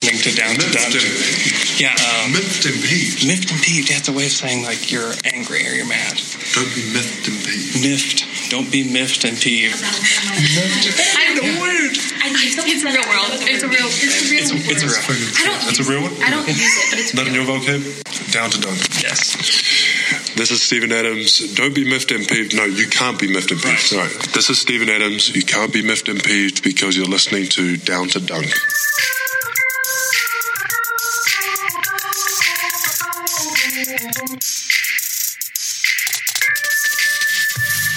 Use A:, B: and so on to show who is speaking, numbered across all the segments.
A: to down to
B: Miffed
A: down
B: and-
A: to. Yeah, um,
B: Miffed and peeved.
A: miffed and peeved. That's a way of saying like you're angry or you're mad.
B: Don't be miffed and peeved.
A: Miffed. Don't be miffed and peeved.
B: The word.
C: I think it's a real world. It's a real. It's a real.
A: It's a, it's a real.
C: I don't.
D: That's a real one?
C: I don't use it, but it's
D: Not in
C: real.
D: your vocab? Down to dunk.
A: Yes.
B: This is Stephen Adams. Don't be miffed and peeved. No, you can't be miffed and peeved. Sorry. This is Stephen Adams. You can't be miffed and peeved because you're listening to Down to Dunk.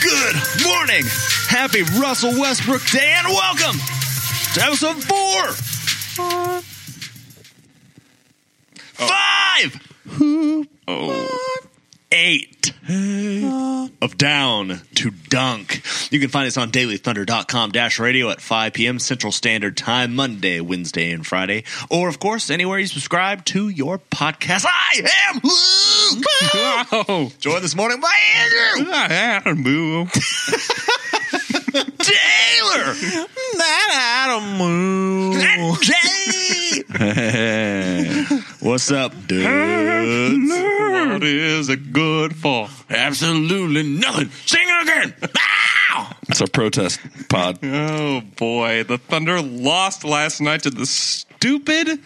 E: Good morning. Happy Russell Westbrook Day and welcome to episode four. Five. Oh. Eight of Down to Dunk. You can find us on dailythunder.com dash radio at 5 p.m. Central Standard Time, Monday, Wednesday, and Friday. Or, of course, anywhere you subscribe to your podcast. I am Luke!
A: Oh.
E: Joined this morning by Andrew
A: Adam Boo.
E: Taylor!
A: That Adam Boo.
E: What's up, dudes?
A: What is a good fall?
E: Absolutely nothing. Sing it again.
F: It's a protest pod.
A: Oh boy, the Thunder lost last night to the stupid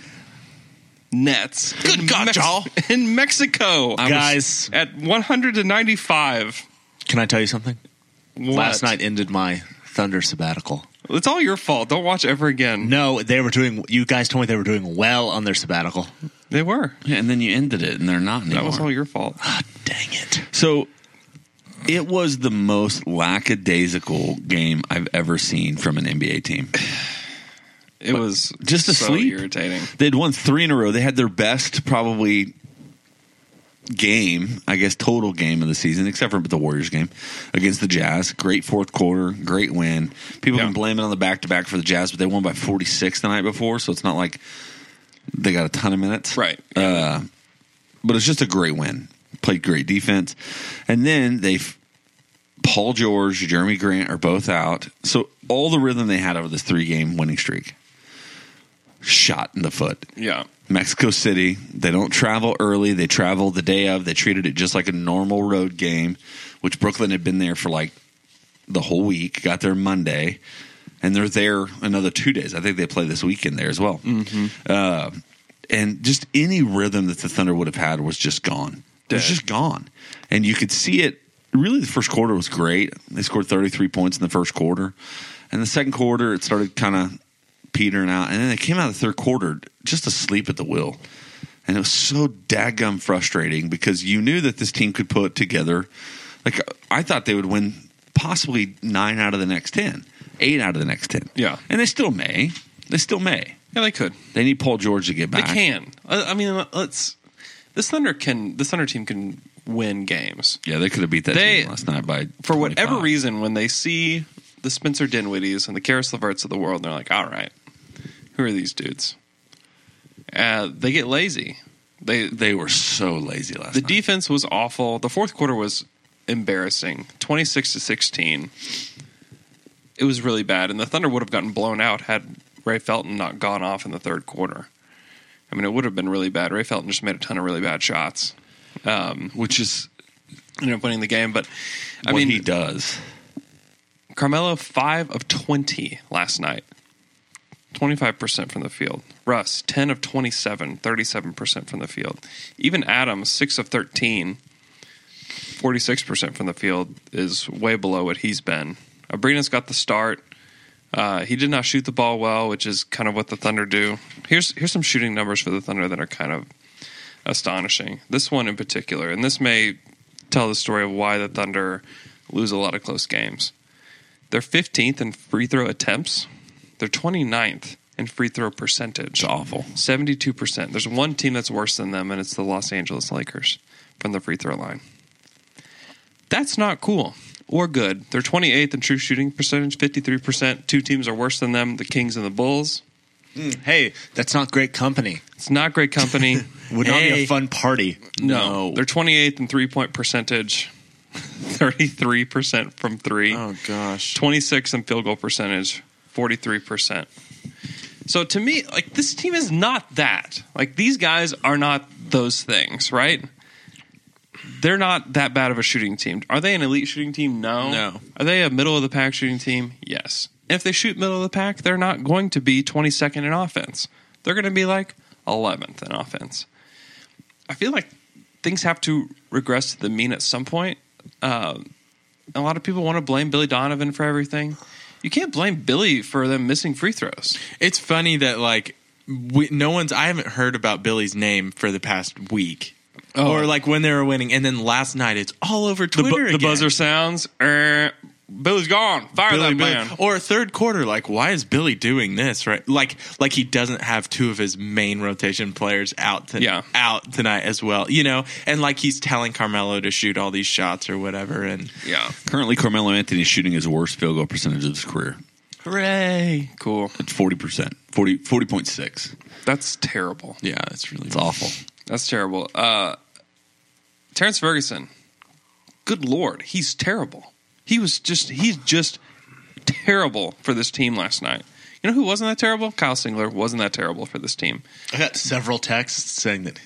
A: Nets. Good God, y'all! In Mexico,
E: Guys.
A: at 195.
E: Can I tell you something?
A: What?
E: Last night ended my Thunder sabbatical.
A: It's all your fault. Don't watch ever again.
E: No, they were doing. You guys told me they were doing well on their sabbatical.
A: They were.
F: Yeah, and then you ended it, and they're not anymore. Ah,
A: That was all your fault.
E: Dang it!
F: so it was the most lackadaisical game I've ever seen from an NBA team.
A: It was
F: Just
A: so
F: asleep.
A: irritating.
F: They'd won three in a row. They had their best probably game, I guess, total game of the season, except for the Warriors game against the Jazz. Great fourth quarter, great win. People
A: Yeah.
F: can blame it on the back to back for the Jazz, but they won by forty six the night before, so it's not like they got a ton of minutes,
A: Right.
F: Uh, but it's just a great win. Played great defense, and then they. have Paul George, Jeremy Grant are both out. So all the rhythm they had over this three game winning streak shot in the foot.
A: Yeah.
F: Mexico City. They don't travel early. They travel the day of. They treated it just like a normal road game, which Brooklyn had been there for like the whole week. Got there Monday, and they're there another two days. I think they play this weekend there as well. Uh, and just any rhythm that the Thunder would have had was just gone. It was
A: Dead.
F: just gone, and you could see it. Really, the first quarter was great. They scored thirty three points in the first quarter, and the second quarter it started kind of petering out, and then they came out of the third quarter just asleep at the wheel. And it was so daggum frustrating because you knew that this team could put together. Like I thought they would win possibly nine out of the next ten, eight out of the next ten.
A: Yeah.
F: and they still may. They still may.
A: Yeah, they could.
F: They need Paul George to get
A: They
F: back.
A: can. I, I mean, let's. This Thunder can. This Thunder team can win games.
F: Yeah, they could have beat that
A: They-
F: team last night by
A: for whatever
F: 25.
A: reason, when they see the Spencer Dinwiddies and the Karis Leverts of the world, they're like, "All right, who are these dudes?" Uh, they get lazy. They
F: They were so lazy last
A: the
F: night.
A: defense was awful. The fourth quarter was embarrassing, twenty six to sixteen. It was really bad, and the Thunder would have gotten blown out had Ray Felton not gone off in the third quarter. I mean, it would have been really bad. Ray Felton just made a ton of really bad shots. Um,
F: which is
A: ended up winning the game, but I
F: what
A: mean,
F: he does.
A: Carmelo five of twenty last night. Twenty five percent from the field. Russ, ten of 27, 37 percent from the field. Even Adams, six of 13, 46 percent from the field is way below what he's been. Abrina's got the start. Uh, he did not shoot the ball well, which is kind of what the Thunder do. Here's here's some shooting numbers for the Thunder that are kind of astonishing. This one in particular, and this may tell the story of why the Thunder lose a lot of close games. They're 15th in free throw attempts. They're 29th in free throw percentage.
F: It's awful.
A: 72%. There's one team that's worse than them, and it's the Los Angeles Lakers from the free throw line. That's not cool or good. They're 28th in true shooting percentage, 53%. Two teams are worse than them the Kings and the Bulls.
E: Hey, that's not great company.
A: It's not great company.
E: Would not be
A: Hey.
E: a fun party.
A: No. They're 28th in three point percentage, 33% from three.
E: Oh, gosh.
A: 26 in field goal percentage, 43%. So to me, like this team is not that. Like these guys are not those things, right? They're not that bad of a shooting team. Are they an elite shooting team? No.
E: No.
A: Are they a middle of the pack shooting team? Yes. If they shoot middle of the pack, they're not going to be 22nd in offense. They're going to be like 11th in offense. I feel like things have to regress to the mean at some point. Uh, a lot of people want to blame Billy Donovan for everything. You can't blame Billy for them missing free throws.
G: It's funny that like we, no one's. I haven't heard about Billy's name for the past week, or like when they were winning, and then last night it's all over
A: Oh. the, bu-
G: Twitter.
A: the
G: again.
A: buzzer sounds. Er, Billy's gone. Fire
G: Billy,
A: that
G: Billy-
A: man.
G: Or third quarter, like why is Billy doing this? Right, like like he doesn't have two of his main rotation players out to,
A: Yeah.
G: out tonight as well. You know, and like he's telling Carmelo to shoot all these shots or whatever. And
A: Yeah.
F: Currently, Carmelo Anthony is shooting his worst field goal percentage of his career.
A: Hooray. Cool.
F: It's 40%. 40, 40.6.
A: That's terrible.
G: yeah, it's really
F: It's awful.
A: That's terrible. Uh, Terrence Ferguson. Good lord, he's terrible. He was just he's just terrible for this team last night. You know who wasn't that terrible? Kyle Singler wasn't that terrible for this team.
E: I got several texts saying that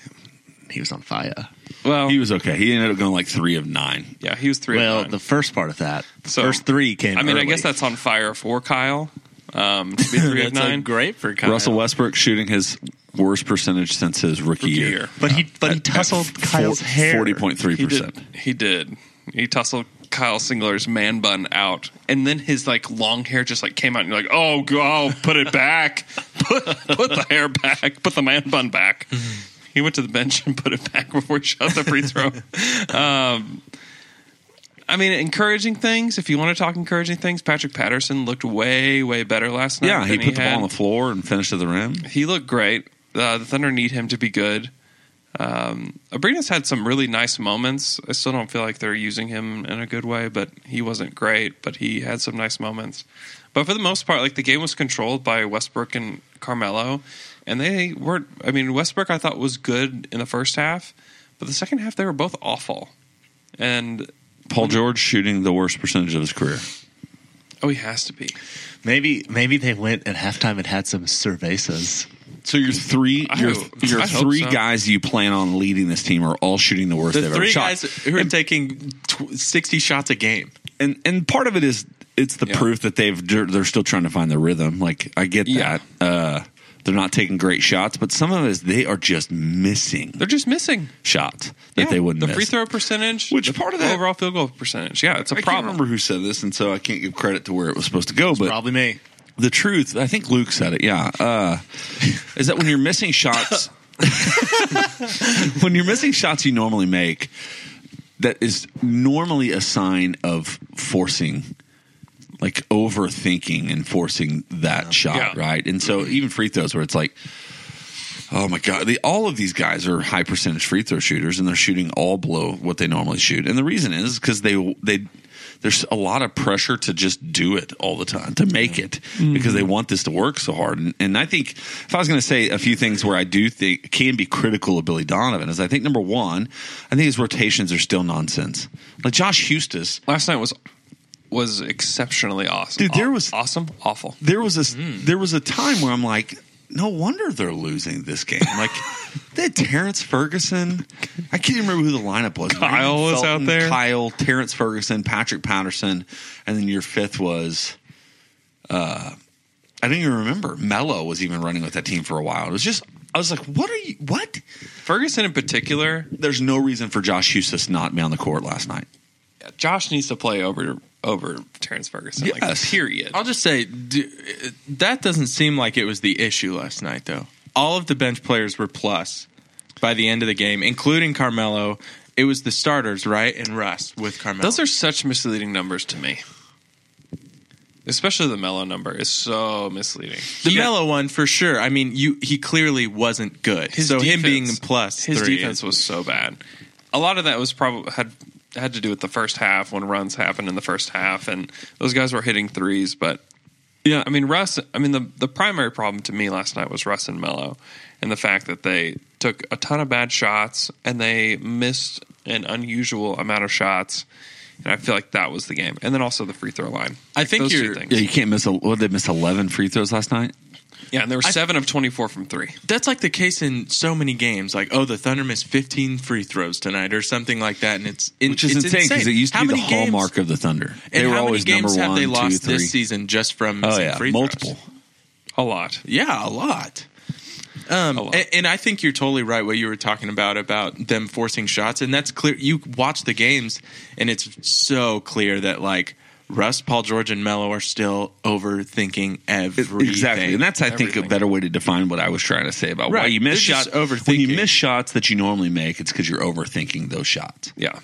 E: he was on fire.
A: Well,
F: He was okay. He ended up going like three of nine.
A: yeah, he was three. of
E: Well,
A: nine.
E: the first part of that, the
A: So,
E: first three came.
A: I mean, I
E: early.
A: guess that's on fire for Kyle. Um, to be three of
G: That's, like,
A: nine.
G: great for Kyle.
F: Russell Westbrook shooting his worst percentage since his rookie,
A: Rookie
F: year.
A: year.
E: But he but he tussled Kyle's hair.
F: Forty point three
A: He
F: percent.
A: did. He did. He tussled Kyle Singler's man bun out, and then his like long hair just like came out, and you're like, "Oh God, put it back! put, put the hair back! Put the man bun back!" He went to the bench and put it back before he shot the free throw. um, I mean, encouraging things. If you want to talk encouraging things, Patrick Patterson looked way, way better last night.
F: Yeah, he
A: than
F: put the
A: had
F: ball on the floor and finished at the rim.
A: he looked great. Uh, the Thunder need him to be good. Um, Abrina's had some really nice moments. I still don't feel like they're using him in a good way, but he wasn't great. But he had some nice moments. But for the most part, like the game was controlled by Westbrook and Carmelo, and they weren't. I mean, Westbrook I thought was good in the first half, but the second half they were both awful. And
F: Paul George shooting the worst percentage of his career.
A: oh, he has to be.
E: Maybe maybe they went at halftime and had some cervezas.
F: So your three,
A: I
F: your,
A: hope-
F: your
A: I hope
F: three
A: so.
F: guys you plan on leading this team are all shooting the worst
G: The
F: they've
G: three
F: ever shot.
G: guys who are taking tw- sixty shots a game.
F: and and part of it is it's the
A: Yeah.
F: proof that they've they're they're still trying to find the rhythm. Like I get
A: Yeah.
F: that. Uh, they're not taking great shots, but some of it is they are just missing
A: They're just missing
F: shots that
A: Yeah,
F: they wouldn't
A: the
F: miss.
A: free throw percentage,
F: Which
A: the
F: part of that-
A: overall field goal percentage. Yeah, it's a
F: I can't
A: problem.
F: remember who said this, and so I can't give credit to where it was supposed to go. But
E: Probably me.
F: the truth, I think Luke said it. Yeah, uh, is that when you're missing shots, when you're missing shots you normally make, that is normally a sign of forcing, like overthinking and forcing that shot,
A: Yeah.
F: right? And so even free throws, where it's like. Oh my God! The, all of these guys are high percentage free throw shooters, and they're shooting all below what they normally shoot. And the reason is because they they there's a lot of pressure to just do it all the time to make it because they want this to work so hard. And, and I think if I was going to say a few things where I do think can be critical of Billy Donovan is I think number one, I think his rotations are still nonsense. Like Josh Hustis,
A: last night was was exceptionally awesome.
F: Dude, there
A: Aw-
F: was-
A: awesome, awful.
F: there was a
A: Mm-hmm.
F: there was a time where I'm like, no wonder they're losing this game. Like they had Terrence Ferguson. I can't even remember who the lineup was.
A: Kyle was out there.
F: Kyle, Terrence Ferguson, Patrick Patterson, and then your fifth was. Uh, I don't even remember. Mello was even running with that team for a while. It was just. I was like, "What are you? What?"
A: Ferguson in particular,
F: There's no reason for Josh Hustis not to be on the court last night.
A: Josh needs to play over over Terrence Ferguson. Like
F: Yes.
A: period.
G: I'll just say d- that doesn't seem like it was the issue last night, though. All of the bench players were plus by the end of the game, including Carmelo. It was the starters, right, and Russ with Carmelo.
A: Those are such misleading numbers to me. Especially the mellow number is so misleading.
G: the
A: He-
G: Melo one for sure. I mean, you he clearly wasn't good.
A: His
G: so
A: defense-
G: him being plus
A: his
G: three,
A: defense was so bad. A lot of that was probably had had to do with the first half when runs happened in the first half, and those guys were hitting threes. But yeah, I mean Russ. I mean the the primary problem to me last night was Russ and Mello, and the fact that they took a ton of bad shots and they missed an unusual amount of shots, And I feel like that was the game. And then also the free throw line.
G: I
A: Like,
G: think
A: those two
G: you're-
A: things.
F: Yeah, you can't miss. A, what they miss eleven free throws last night.
A: Yeah, and there were seven of twenty four from three.
G: That's like the case in so many games. Like, oh, the Thunder missed 15 free throws tonight, or something like that, and it's in,
F: Which is
G: it's
F: insane because it used to
G: How
F: be the
G: many games-
F: hallmark of the Thunder.
G: And
F: They were
G: how
F: always
G: many games
F: number
G: have
F: one,
G: they
F: two,
G: lost
F: three.
G: this season just from
F: Oh
G: missing
F: yeah,
G: free throws?
F: multiple.
A: A lot.
G: Yeah, a lot. Um,
A: A lot.
G: And, and I think you're totally right what you were talking about about them forcing shots, and that's clear. You watch the games, and it's so clear that like Russ, Paul George, and Melo are still overthinking everything.
F: Exactly, and that's I think
A: Everything.
F: a better way to define what I was trying to say about why
G: Right.
F: you miss
G: They're
F: shots.
G: just
F: When you
G: overthinking.
F: miss shots that you normally make, it's because you're overthinking those shots.
A: Yeah.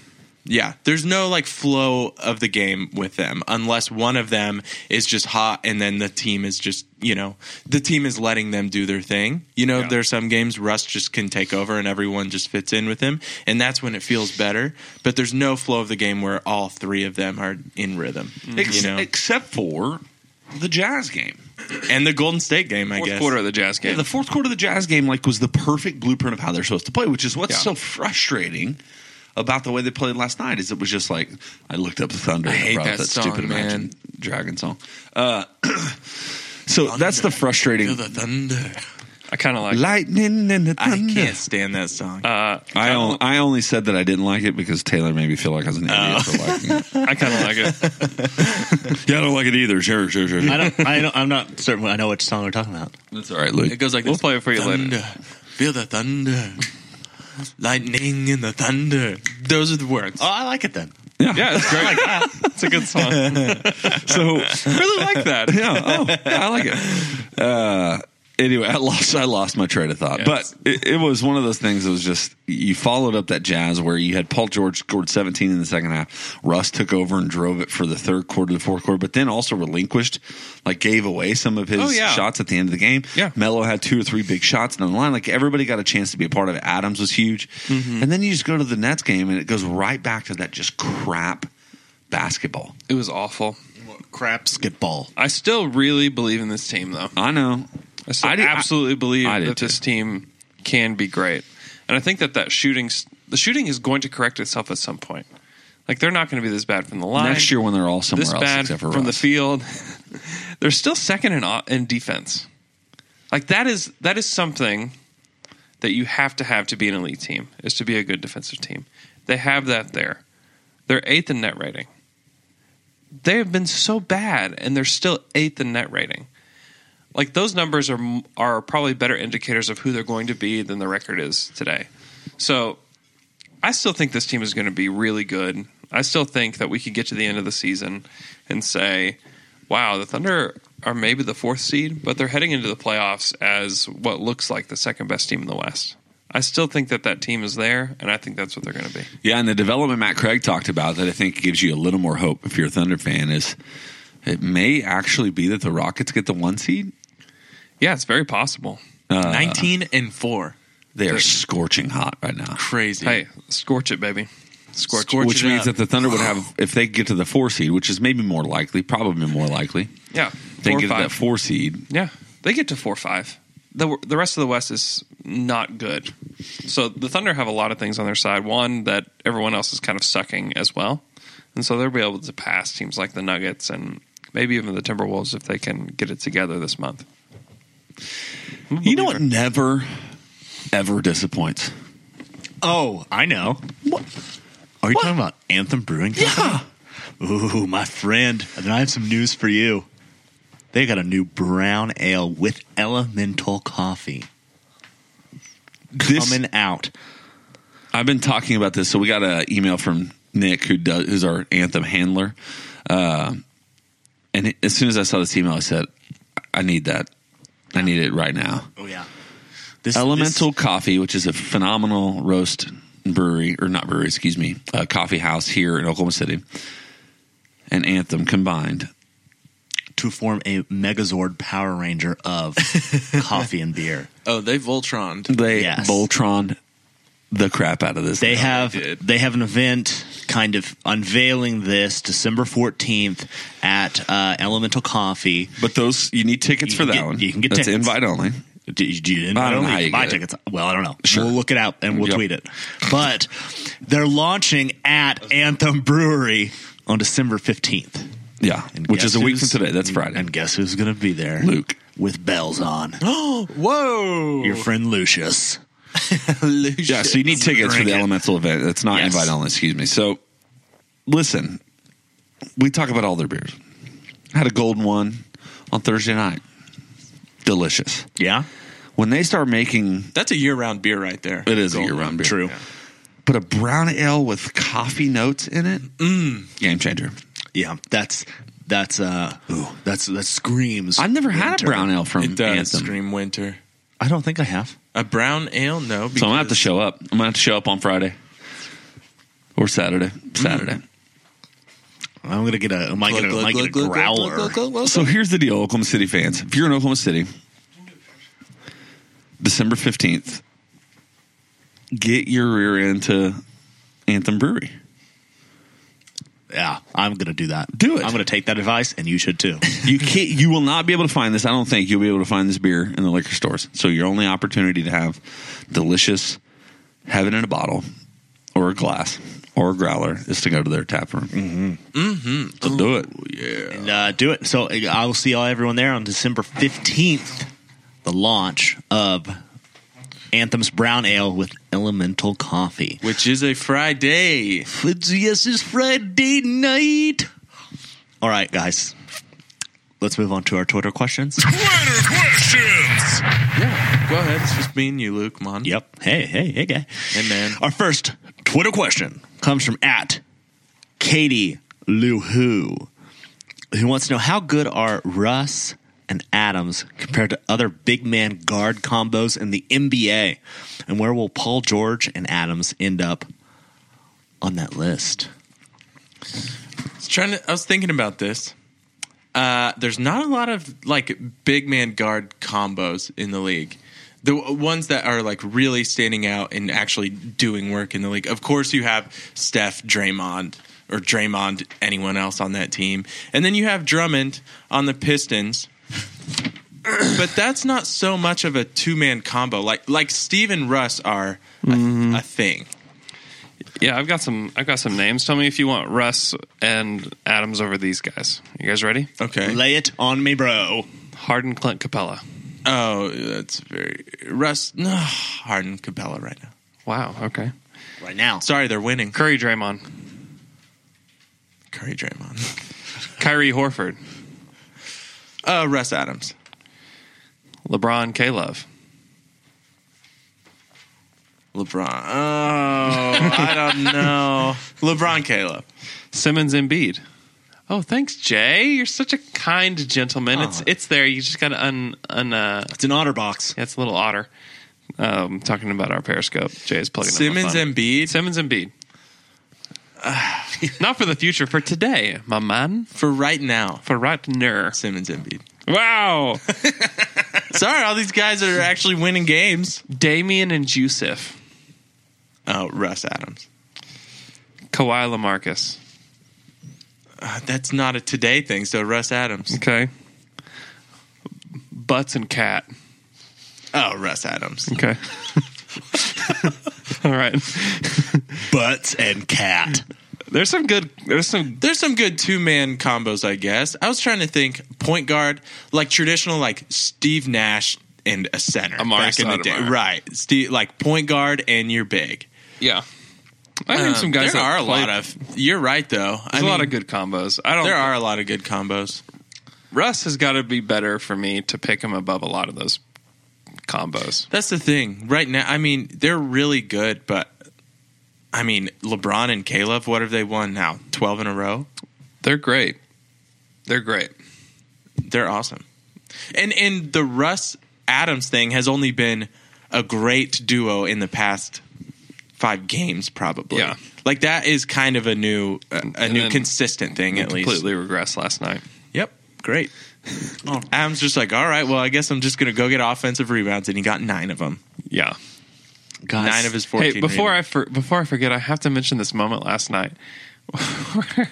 G: Yeah, there's no like flow of the game with them unless one of them is just hot and then the team is just, you know, the team is letting them do their thing. You know,
A: Yeah.
G: there's some games Russ just can take over and everyone just fits in with him and that's when it feels better, but there's no flow of the game where all three of them are in rhythm,
F: Ex-
G: you know.
F: except for the Jazz game.
G: and the Golden State game, I
A: Fourth
G: guess.
A: quarter of the Jazz
F: Yeah,
A: game.
F: the fourth quarter of the Jazz game like was the perfect blueprint of how they're supposed to play, which is what's
A: Yeah.
F: so frustrating about the way they played last night. Is it was just like I looked up the Thunder. and
G: hate
F: brought up
G: that
F: that
G: song,
F: stupid
G: man.
F: Imagine Dragon song. Uh, so that's the frustrating.
G: To the Thunder.
A: I kind of like.
F: Lightning and the
G: I
F: thunder.
G: can't stand that song.
A: Uh,
F: I, on- I only said that I didn't like it because Taylor made me feel like I was an idiot
G: Oh.
F: for liking it.
A: I kind of like it.
F: Yeah, I don't like it either. Sure, sure, sure.
E: I don't. I don't I'm not certain. I know which song we're talking about.
F: That's all right, Luke.
G: It goes like
A: We'll
G: this.
A: play it for you later.
G: thunder. Feel the thunder. Lightning and the thunder. Those are the words.
E: Oh, I like it then.
A: Yeah, it's great. it's a good song.
F: so
A: really like that.
F: yeah, oh, yeah, I like it. Uh, anyway, I lost I lost my train of thought,
A: Yes.
F: but it, it was one of those things. that was just you followed up that Jazz where you had Paul George scored 17 in the second half. Russ took over and drove it for the third quarter, the fourth quarter, but then also relinquished, like gave away some of his
A: Oh, yeah.
F: shots at the end of the game.
A: Yeah.
F: Melo had two or three big shots down the line. Like everybody got a chance to be a part of it. Adams was huge, and then you just go to the Nets game and it goes right back to that just crap basketball.
A: It was awful.
E: Crap, skip ball.
A: I still really believe in this team, though.
F: I know.
A: I, still
F: I did- I-
A: absolutely believe
F: I did
A: that this team can be great, and I think that that shooting, the shooting is going to correct itself at some point. Like they're not going to be this bad from the line
F: Next year when they're all somewhere
A: this
F: else
A: bad
F: except for
A: from the
F: Russ.
A: field. they're still second in o- in defense. Like that is that is something that you have to have to be an elite team is to be a good defensive team. They have that there. They're eighth in net rating. They have been so bad, and they're still eighth in net rating. Like those numbers are are probably better indicators of who they're going to be than the record is today. So I still think this team is going to be really good. I still think that we could get to the end of the season and say, wow, the Thunder are maybe the fourth seed, but they're heading into the playoffs as what looks like the second best team in the West. I still think that that team is there, and I think that's what they're going to be.
F: Yeah, and the development Matt Craig talked about that I think gives you a little more hope if you're a Thunder fan is it may actually be that the Rockets get the one seed.
A: Yeah, it's very possible.
F: Uh-huh.
G: 19 and 4.
F: They are scorching hot right now.
G: Crazy.
A: Hey, scorch it, baby. Scorch, it.
G: Scorch
F: Which
G: it
F: means that
G: up.
F: the Thunder would have, if they get to the four seed, which is maybe more likely, probably more likely,
A: Yeah,
F: they
A: four or
F: get to
A: five.
F: that four seed.
A: Yeah, they get to four or five. the The rest of the West is not good. So the Thunder have a lot of things on their side. One that everyone else is kind of sucking as well, and so they'll be able to pass teams like the Nuggets and maybe even the Timberwolves if they can get it together this month. Hmm.
F: You know what never, ever disappoints?
E: Oh, I know. What? Are you talking about Anthem Brewing Company? Yeah. Ooh, my friend. Then I have some news for you. They got a new brown ale with elemental coffee
F: This,
E: coming out.
F: I've been talking about this. So we got an email from Nick, who does who's our anthem handler. Uh, and it- as soon as I saw this email, I said, "I need that. I need it right now."
E: Oh yeah. This
F: Elemental Coffee, which is a phenomenal roast brewery or not brewery, excuse me, uh, coffee house here in Oklahoma City, and Anthem combined.
E: this- to form a Megazord Power Ranger of coffee and beer.
G: Oh, they Voltroned.
F: They
E: Yes.
F: Voltron the crap out of this.
E: They
F: thing.
E: have they have an event kind of unveiling this December fourteenth at uh, Elemental Coffee.
F: but those you need tickets
E: You
F: for
E: can
F: that
E: get-
F: one.
E: you can get
F: That's
E: tickets.
F: invite only.
E: Do you, do you-
F: I don't know
E: think
F: how
E: you
F: you
E: buy
F: get it.
E: tickets. Well, I don't know.
F: Sure.
E: We'll look it out and we'll
F: Yep.
E: tweet it. But they're launching at Anthem Brewery on December 15th.
F: Yeah,
E: And
F: which
E: guess
F: is a week from
E: who's-
F: today. That's Friday.
E: And guess who's going to be there?
F: Luke.
E: With bells on.
G: Whoa!
E: Your friend Lucius.
F: yeah, so you need tickets for
E: Drink
F: the
E: it.
F: elemental event. That's not
E: Yes.
F: invite only. Excuse me. So, listen, we talk about all their beers. I had a golden one on Thursday night. Delicious.
E: Yeah.
F: When they start making
G: That's a year-round beer right there.
F: it is a year round beer,
E: True.
F: but a brown ale with coffee notes in it, game changer.
E: Yeah. That's that's uh ooh, that's that screams.
F: I've never had a
E: winter.
F: brown ale from
G: It does
F: Anthem.
G: scream winter.
E: I don't think I have.
G: A brown ale?
F: So
G: No.
F: I'm gonna have to
G: because-
F: show up. I'm gonna have to show up on Friday or Saturday. Saturday.
E: I'm gonna get a. Am I gonna, am I gonna growler?
F: So here's the deal, Oklahoma City fans. If you're in Oklahoma City, December 15th, get your rear end to Anthem Brewery.
E: Yeah, I'm gonna do that.
F: Do it.
E: I'm gonna take that advice, and you should too.
F: You can't you will not be able to find this. I don't think you'll be able to find this beer in the liquor stores. So your only opportunity to have delicious have it in a bottle or a glass or a growler is to go to their tap room. Mm-hmm. Mm-hmm. So do it.
E: and uh, do it. So uh, I will see all everyone there on December fifteenth, the launch of Anthem's Brown Ale with Elemental Coffee.
G: Which is a Friday.
E: It's, yes, it's Friday night. All right, guys, let's move on to our Twitter questions.
G: Yeah. Go ahead. It's just me and you, Luke. Come on.
E: yep. Hey, hey, hey, guy.
G: Hey, man.
E: Our first Twitter question comes from at Katie Luhu, who wants to know how good are Russ and Adams compared to other big man guard combos in the NBA, and where will Paul George and Adams end up on that list?
G: I was trying to. I was thinking about this. Uh, there's not a lot of like big man guard combos in the league. The w- ones that are like really standing out and actually doing work in the league. Of course, you have Steph, Draymond, or Draymond, anyone else on that team, and then you have Drummond on the Pistons. but that's not so much of a two man combo. Like like Steve and Russ are a, a thing.
A: Yeah, I've got some. I've got some names. Tell me if you want Russ and Adams over these guys. You guys ready?
G: Okay.
E: Lay it on me, bro.
A: Harden, Clint Capella.
G: Oh, that's very Russ. No, Harden Capella right now.
A: Wow. Okay.
E: Right now.
G: Sorry, they're winning.
A: Curry, Draymond,
G: Curry Draymond.
A: Kyrie, Horford,
G: Uh, Russ Adams.
A: LeBron, K. Love.
G: LeBron. Oh, I don't know. LeBron Caleb.
A: Simmons Embiid. Oh, thanks, Jay. You're such a kind gentleman. It's it's there. You just got to un un. Uh,
E: It's an otter box.
A: yeah, it's a little otter. Um, talking about our Periscope. Jay's plugging up my
G: Simmons
A: phone.
G: Embiid.
A: Simmons Embiid. Not for the future, for today, my man.
G: For right now,
A: For right now.
G: Simmons Embiid.
A: Wow.
G: Sorry, all these guys are actually winning games.
A: Damian and Jusif.
G: Oh, Russ Adams.
A: Kawhi Lamarcus.
G: Uh, that's not a today thing, so Russ Adams.
A: Okay. Butts and Cat.
G: Oh, Russ Adams.
A: Okay. All right.
E: Butts and cat.
A: There's some good. There's some.
G: There's some good two man combos, I guess. I was trying to think point guard, like traditional, like Steve Nash and a center
A: Amari
G: back in the day,
A: Stoudemire.
G: right? Steve, like point guard and you're big.
A: Yeah. I think
G: Um,
A: some guys
G: There
A: that
G: are a
A: play-
G: lot of. You're right, though. I
A: There's a lot
G: mean,
A: of good combos. I don't.
G: There are a lot of good combos.
A: Russ has got to be better for me to pick him above a lot of those combos.
G: That's the thing. Right now, I mean, they're really good, but I mean, LeBron and Caleb. What have they won now? Twelve in a row.
A: They're great. They're great.
G: They're awesome. And and the Russ Adams thing has only been a great duo in the past five games, probably.
A: Yeah.
G: Like that is kind of a new a, a
A: And
G: new
A: then-
G: consistent thing at least.
A: completely regressed last night.
G: Yep. Great. Oh. Adams just like, all right, well, I guess I'm just going to go get offensive rebounds, and he got nine of them.
A: Yeah.
E: Guys,
G: Nine of his fourteen.
A: Hey, before I for, before I forget, I have to mention this moment last night. where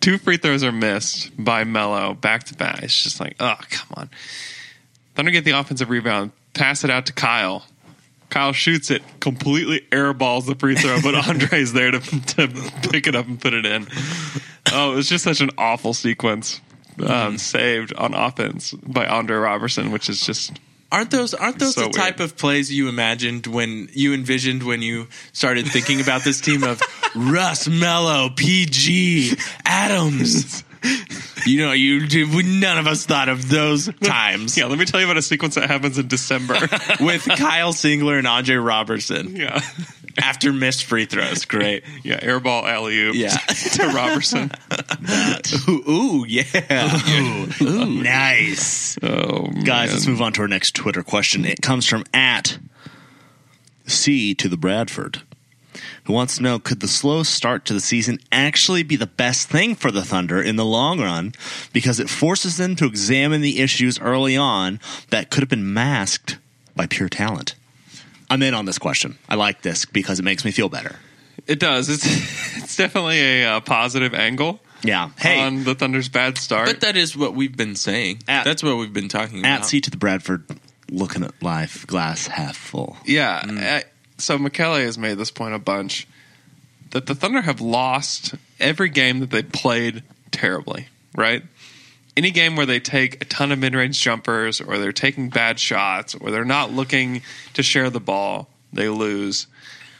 A: Two free throws are missed by Mello back to back. It's just like, oh come on. Thunder get the offensive rebound, pass it out to Kyle. Kyle shoots it, completely airballs the free throw, but Andre's there to, to pick it up and put it in. Oh, it was just such an awful sequence. Um, saved on offense by Andre Robertson, which is just
G: Aren't those aren't those
A: So
G: the type
A: weird.
G: of plays you imagined when you envisioned when you started thinking about this team of Russ Mello, PG, Adams? You know, you dude, none of us thought of those times
A: yeah. Let me tell you about a sequence that happens in December.
G: with Kyle Singler and Andre Robertson
A: yeah,
G: after missed free throws. Great,
A: yeah, airball alley oop
G: Yeah.
A: to Robertson.
G: ooh, ooh yeah,
E: Nice.
A: Oh,
E: Guys,
A: man.
E: let's move on to our next Twitter question. It comes from at C to the Bradford, who wants to know could the slow start to the season actually be the best thing for the Thunder in the long run because it forces them to examine the issues early on that could have been masked by pure talent? I'm in on this question. I like this because it makes me feel better.
A: It does. It's it's definitely a uh, positive angle
E: Yeah. Hey,
A: on the Thunder's bad start.
G: but that is what we've been saying.
E: At-
G: That's what we've been talking about.
E: at C to the Bradford, looking at life, glass half full.
A: yeah. I- so McKelly has made this point a bunch that the Thunder have lost every game that they played terribly. Right. Any game where they take a ton of mid-range jumpers, or they're taking bad shots, or they're not looking to share the ball, they lose.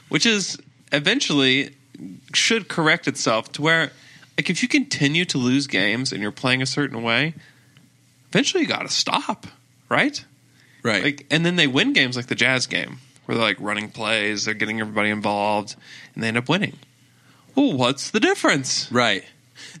A: Which is eventually should correct itself to where, like, if you continue to lose games and you're playing a certain way, eventually you got to stop, right?
G: right.
A: Like, and then they win games like the Jazz game, where they're like running plays, they're getting everybody involved, and they end up winning. Well, what's the difference?
G: Right.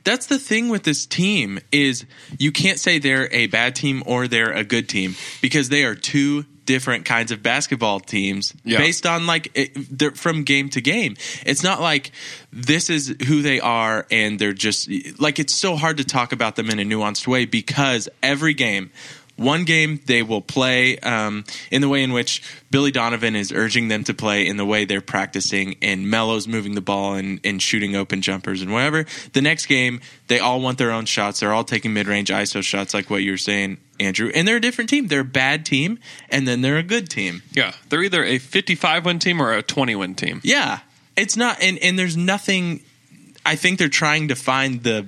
G: That's the thing with this team is you can't say they're a bad team or they're a good team because they are two different kinds of basketball teams
A: Yeah.
G: based on like it, they're from game to game. It's not like this is who they are and they're just like it's so hard to talk about them in a nuanced way because every game one game they will play um, in the way in which Billy Donovan is urging them to play, in the way they're practicing, and Melo's moving the ball and, and shooting open jumpers and whatever. The next game, they all want their own shots. They're all taking mid range ISO shots, like what you were saying, Andrew. And they're a different team. They're a bad team, and then they're a good team.
A: Yeah, they're either a 55 win team or a 20 win team.
G: Yeah, it's not, and and there's nothing. I think they're trying to find the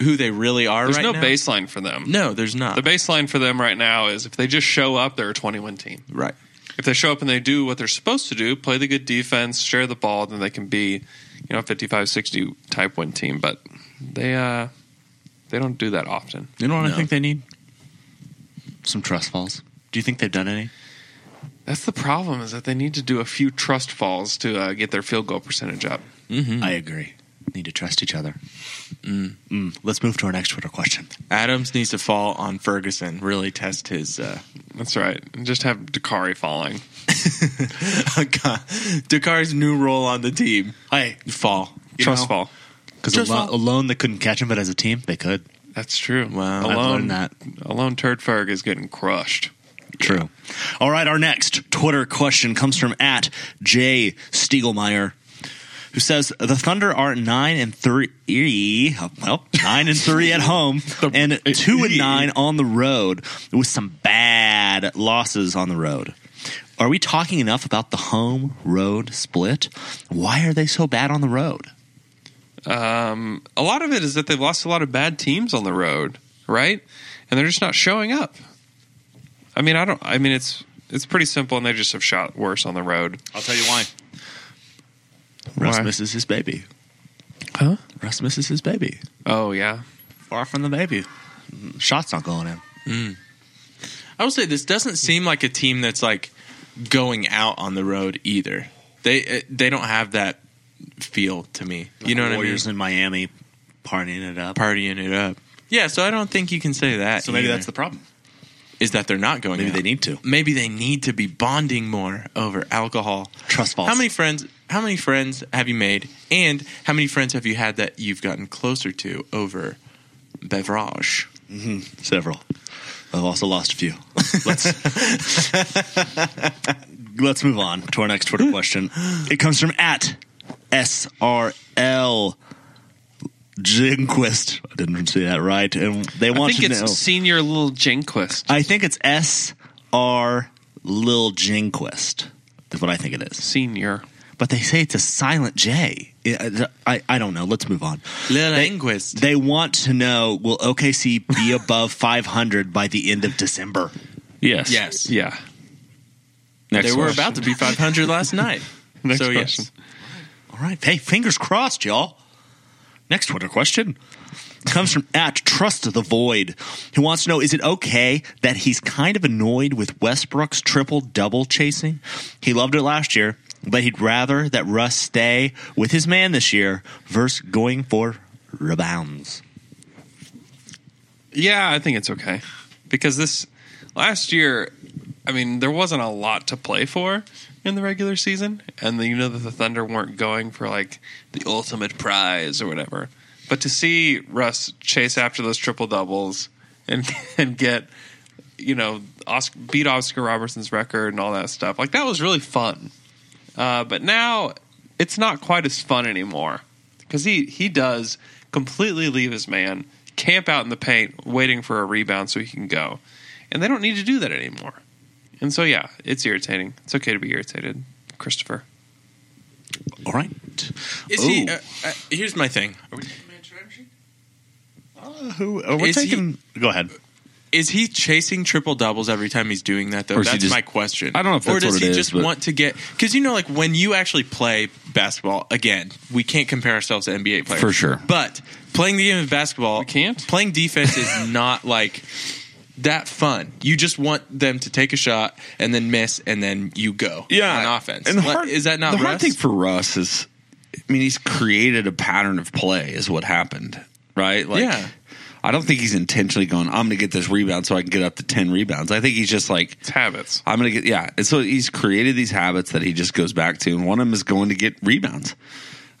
G: who they really are.
A: There's
G: right
A: no
G: now.
A: baseline for them.
G: No, there's not.
A: The baseline for them right now is if they just show up, they're a 20 win team.
G: right.
A: If they show up and they do what they're supposed to do, play the good defense, share the ball, then they can be, you know, 55 60 type win team. But they, uh, they don't do that often.
G: You know what
E: No.
G: I think they need?
E: Some trust falls. Do you think they've done any?
A: That's the problem is that they need to do a few trust falls to uh, get their field goal percentage up.
E: I agree. Need to trust each other. Mm. Let's move to our next Twitter question.
G: Adams needs to fall on Ferguson. Really test his. Uh,
A: That's right. And just have Dakari falling.
G: Dakari's new role on the team.
E: Hey,
G: Fall.
A: trust fall.
E: because
G: Trust
E: alone,
G: fall.
E: they couldn't catch him, but as a team they could.
A: That's true.
G: Wow. I've
E: I've
A: Alone,
E: learned that.
A: alone Turd Ferg is getting crushed.
E: True. All right, our next Twitter question comes from at J Stiegelmeyer, who says the Thunder are nine and three. Well, nine and three at home and two and nine on the road, with some bad losses on the road. Are we talking enough about the home road split? Why are they so bad on the road?
A: Um, a lot of it is that they've lost a lot of bad teams on the road, right? And they're just not showing up. I mean, I don't. I mean, it's it's pretty simple, and they just have shot worse on the road.
E: I'll tell you why. Russ
A: Why?
E: misses his baby.
A: Huh?
E: Russ misses his baby.
A: Oh yeah,
E: Far from the baby. Shot's not going in.
G: I will say this doesn't seem like a team that's like going out on the road either. They uh, they don't have that feel to me. you know what
E: Warriors
G: I mean?
E: in Miami partying it up.
G: Partying it up. Yeah, so I don't think you can say that. either.
E: problem.
G: is that they're not going.
E: Maybe
G: out.
E: they need to.
G: Maybe they need to be bonding more over alcohol.
E: Trust falls.
G: How many friends? How many friends have you made, and how many friends have you had that you've gotten closer to over beverage?
E: Several. I've also lost a few. Let's let's move on to our next Twitter question. It comes from at SRL Jinquist. I didn't say that right. And they
A: I
E: want
A: think
E: you to
A: it's
E: know.
A: Senior Little Jinquist.
E: I think it's S R Lil Jinquist. Is what I think it is.
A: Senior.
E: But they say it's a silent J. I, I, I don't know. Let's move on.
G: Little
E: They-
G: Inquist.
E: They want to know will OKC be above 500 by the end of December?
F: Yes.
G: Yes.
A: Yeah.
F: Next
G: they were
F: question.
G: about to be 500 last night.
A: Next
G: so,
A: question.
G: yes.
E: All right. Hey, fingers crossed, y'all. Next Twitter question comes from at Trust the Void, who wants to know Is it okay that he's kind of annoyed with Westbrook's triple double chasing? He loved it last year, but he'd rather that Russ stay with his man this year versus going for rebounds.
A: Yeah, I think it's okay because this last year, I mean, there wasn't a lot to play for in the regular season, and then you know that the Thunder weren't going for like the ultimate prize or whatever. But to see Russ chase after those triple doubles and and get you know Oscar, beat Oscar Robertson's record and all that stuff, like that was really fun. Uh, but now it's not quite as fun anymore because he he does completely leave his man, camp out in the paint, waiting for a rebound so he can go, and they don't need to do that anymore. And so yeah, it's irritating. It's okay to be irritated, Christopher.
E: All right.
G: Is he, uh, uh, here's my thing.
E: who, we're
G: is he-
E: taking. go ahead.
G: Is he chasing triple doubles every time he's doing that though?
F: Or is he
G: That's
F: just-
G: my question.
F: I don't know if
G: or
F: that's
G: does
F: what
G: he
F: it is,
G: just
F: but-
G: want to get because you know, like when you actually play basketball again, we can't compare ourselves to NBA players
F: For sure.
G: But playing the game of basketball,
A: We can't?
G: playing defense is not like that fun. You just want them to take a shot and then miss, and then you go on offense.
F: And the
G: Like,
F: hard,
G: is that not
F: the hard
G: Russ?
F: thing for Russ? Is I mean, he's created a pattern of play. Is what happened, right? Like,
G: Yeah.
F: I don't think he's intentionally going. I'm going to get this rebound so I can get up to ten rebounds. I think he's just like
A: It's habits.
F: I'm going to get yeah. And so he's created these habits that he just goes back to, and one of them is going to get rebounds,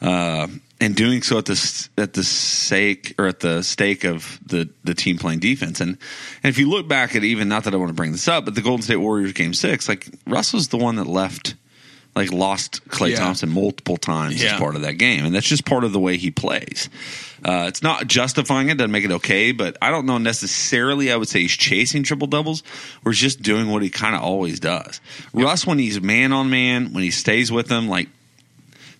F: uh, and doing so at the at the sake or at the stake of the the team playing defense. And and if you look back at even not that I want to bring this up, but the Golden State Warriors game six, like Russ was the one that left. Like lost Clay
G: Yeah.
F: Thompson multiple times
G: Yeah.
F: as part of that game, and that's just part of the way he plays. Uh, it's not justifying it, doesn't make it okay, but I don't know necessarily. I would say he's chasing triple doubles, or he's just doing what he kind of always does. Russ, when he's man on man, when he stays with them, like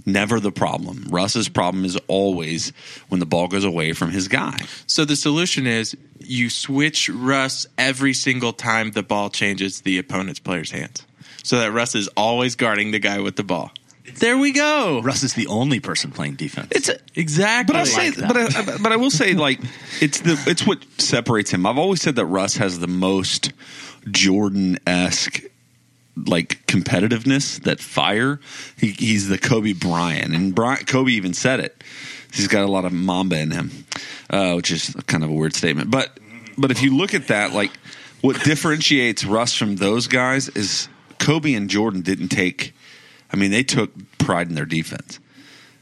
F: never the problem. Russ's problem is always when the ball goes away from his guy.
G: So the solution is you switch Russ every single time the ball changes the opponent's player's hands, so that Russ is always guarding the guy with the ball. There we go.
E: Russ is the only person playing defense.
F: It's a,
G: Exactly.
F: Oh. But I say,
E: like that.
F: but I, but I will say, like it's the it's what separates him. I've always said that Russ has the most Jordan esque like competitiveness, that fire. He, he's the Kobe Bryant, and Bry- Kobe even said it. He's got a lot of Mamba in him, uh, which is kind of a weird statement. But but if you look at that, like what differentiates Russ from those guys is Kobe and Jordan didn't take. I mean, they took pride in their defense.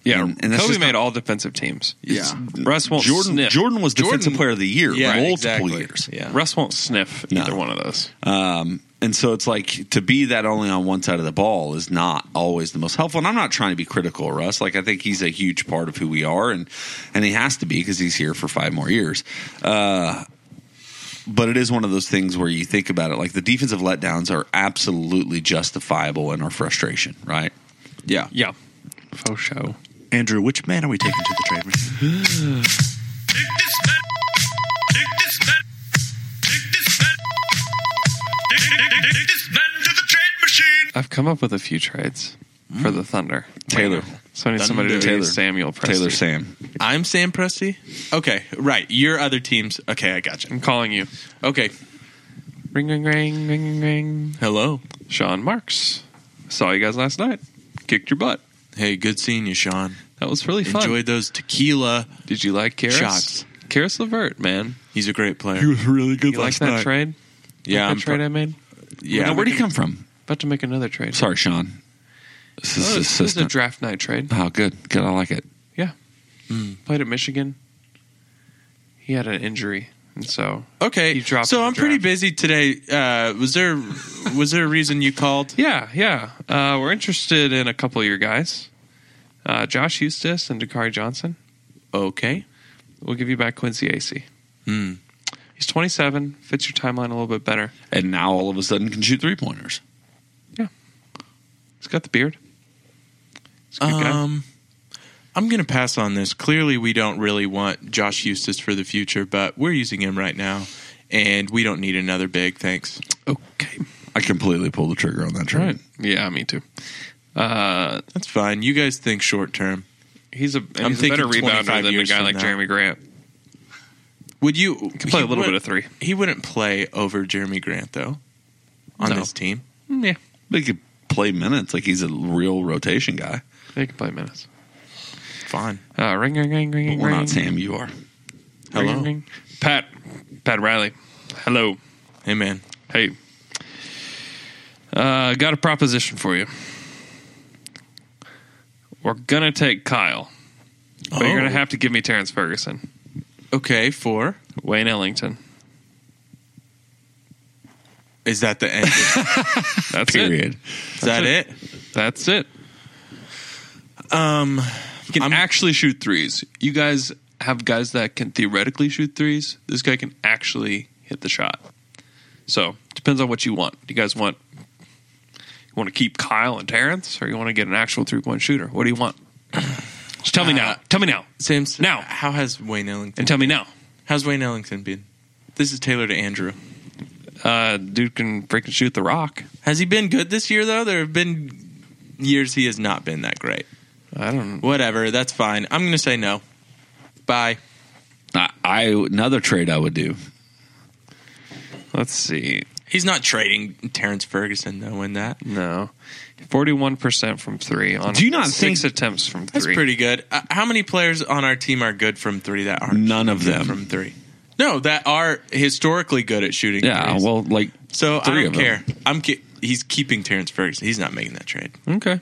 A: Yeah,
F: And- and that's
A: Kobe
F: just not-
A: made all defensive teams.
G: yeah.
A: Russ won't
F: Jordan
A: sniff.
F: Jordan was
G: Jordan-
F: defensive player of the year
G: Yeah,
F: multiple
G: exactly.
F: years.
G: Yeah.
A: Russ won't sniff
F: No.
A: either one of those.
F: Um, and so it's like to be that only on one side of the ball is not always the most helpful. And I'm not trying to be critical, of Russ. Like I think he's a huge part of who we are, and and he has to be because he's here for five more years. Uh, but it is one of those things where you think about it, like the defensive letdowns are absolutely justifiable in our frustration, right?
G: Yeah.
A: Yeah, faux show.
E: Andrew, which man are we taking to the trade? room?
A: I've come up with a few trades for the Thunder.
F: Taylor,
A: So I need somebody to
G: Thunder.
A: be Samuel Presti.
F: Taylor, Sam,
G: I'm Sam Presti. Okay. Right. Your other teams. Okay. I got you.
A: I'm calling you.
G: Okay.
A: Ring, ring, ring, ring, ring, ring.
G: Hello.
A: Sean Marks. Saw you guys last night. Kicked your butt.
G: Hey, good seeing you, Sean.
A: That was really fun.
G: Enjoyed those tequila.
A: Did you like Karis?
G: Shots.
A: Karis Levert, man.
G: He's a great player.
E: was really good
A: You like that trade?
G: yeah.
A: That
G: I'm
A: trade
G: pro-
A: I made?
G: yeah.
F: Now, where do you come from?
A: About to make another trade.
F: Sorry, Sean. This
A: Oh, this
F: is
A: this is a
F: assistant.
A: draft night trade.
F: Oh, good, good. I like it.
A: Yeah. Played at Michigan. He had an injury. And so,
G: Okay.
A: You dropped
G: so
A: the
G: I'm pretty
A: draft.
G: busy today. Uh, was there was there a reason you called?
A: yeah, yeah. Uh, we're interested in a couple of your guys uh, Josh Eustis and Dakari Johnson.
G: Okay.
A: We'll give you back Quincy Acey.
G: Hmm.
A: He's 27, fits your timeline a little bit better.
F: and now all of a sudden can shoot three pointers.
A: He's got the beard. He's a good guy.
G: Um, I'm going to pass on this. Clearly, we don't really want Josh Eustace for the future, but we're using him right now, and we don't need another big. Thanks.
A: Okay.
F: I completely pulled the trigger on that
A: All
F: trade.
A: right. Yeah, me too. Uh,
G: That's fine. You guys think short term.
A: he's a, and
G: I'm
A: he's a
G: thinking
A: better
G: 25
A: rebounder than a
G: years
A: guy
G: from
A: like
G: now.
A: Jeremy Grant.
G: Would you
A: Can play a
G: he
A: little bit
G: wouldn't-
A: of three.
G: He wouldn't play over Jeremy Grant though on
A: No.
G: this team.
A: Mm, yeah.
F: But he could play minutes like he's a real rotation guy.
A: They can play minutes.
G: Fine.
A: Uh, ring, ring, ring, ring,
F: But
A: ring.
F: we're
A: ring.
F: not Sam. You are.
A: Ring,
G: Hello.
A: ring. Pat. Pat Riley. Hello.
G: Hey man.
A: Hey. Uh, got a proposition for you. We're going to take Kyle, but you're going
F: Oh.
A: to have to give me Terrence Ferguson,
G: Oh, Okay, four.
A: Wayne Ellington.
G: Is that the end? Is
A: That's it.
F: Period.
G: that it?
A: That's it.
G: Um
A: He can
G: I'm-
A: actually shoot threes. You guys have guys that can theoretically shoot threes. This guy can actually hit the shot. So depends on what you want. Do you guys want you want to keep Kyle and Terrence, or you want to get an actual three point shooter? What do you want? Just tell me now.
G: Uh,
A: Tell me now,
G: Samson.
A: Now.
G: How has Wayne Ellington
A: and tell me now.
G: how's Wayne Ellington been? This is Taylor to Andrew.
A: Uh, dude can freaking shoot the rock.
G: Has he been good this year though? There have been years he has not been that great.
A: I don't.
G: Whatever, that's fine. I'm gonna say no. Bye.
F: I, I another trade I would do.
A: Let's see.
G: He's not trading Terrence Ferguson though in that.
A: No, forty-one percent from three on
F: Do you not
A: six
F: think-
A: attempts from three.
G: That's pretty good. Uh, how many players on our team are good from three that aren't
F: None of
G: good
F: them.
G: from three? No, that are historically good at shooting.
F: yeah.
G: threes.
F: Well, like
G: so I
F: three
G: don't
F: of them.
G: care. I'm ki- he's keeping Terrence Ferguson. He's not making that trade.
A: Okay.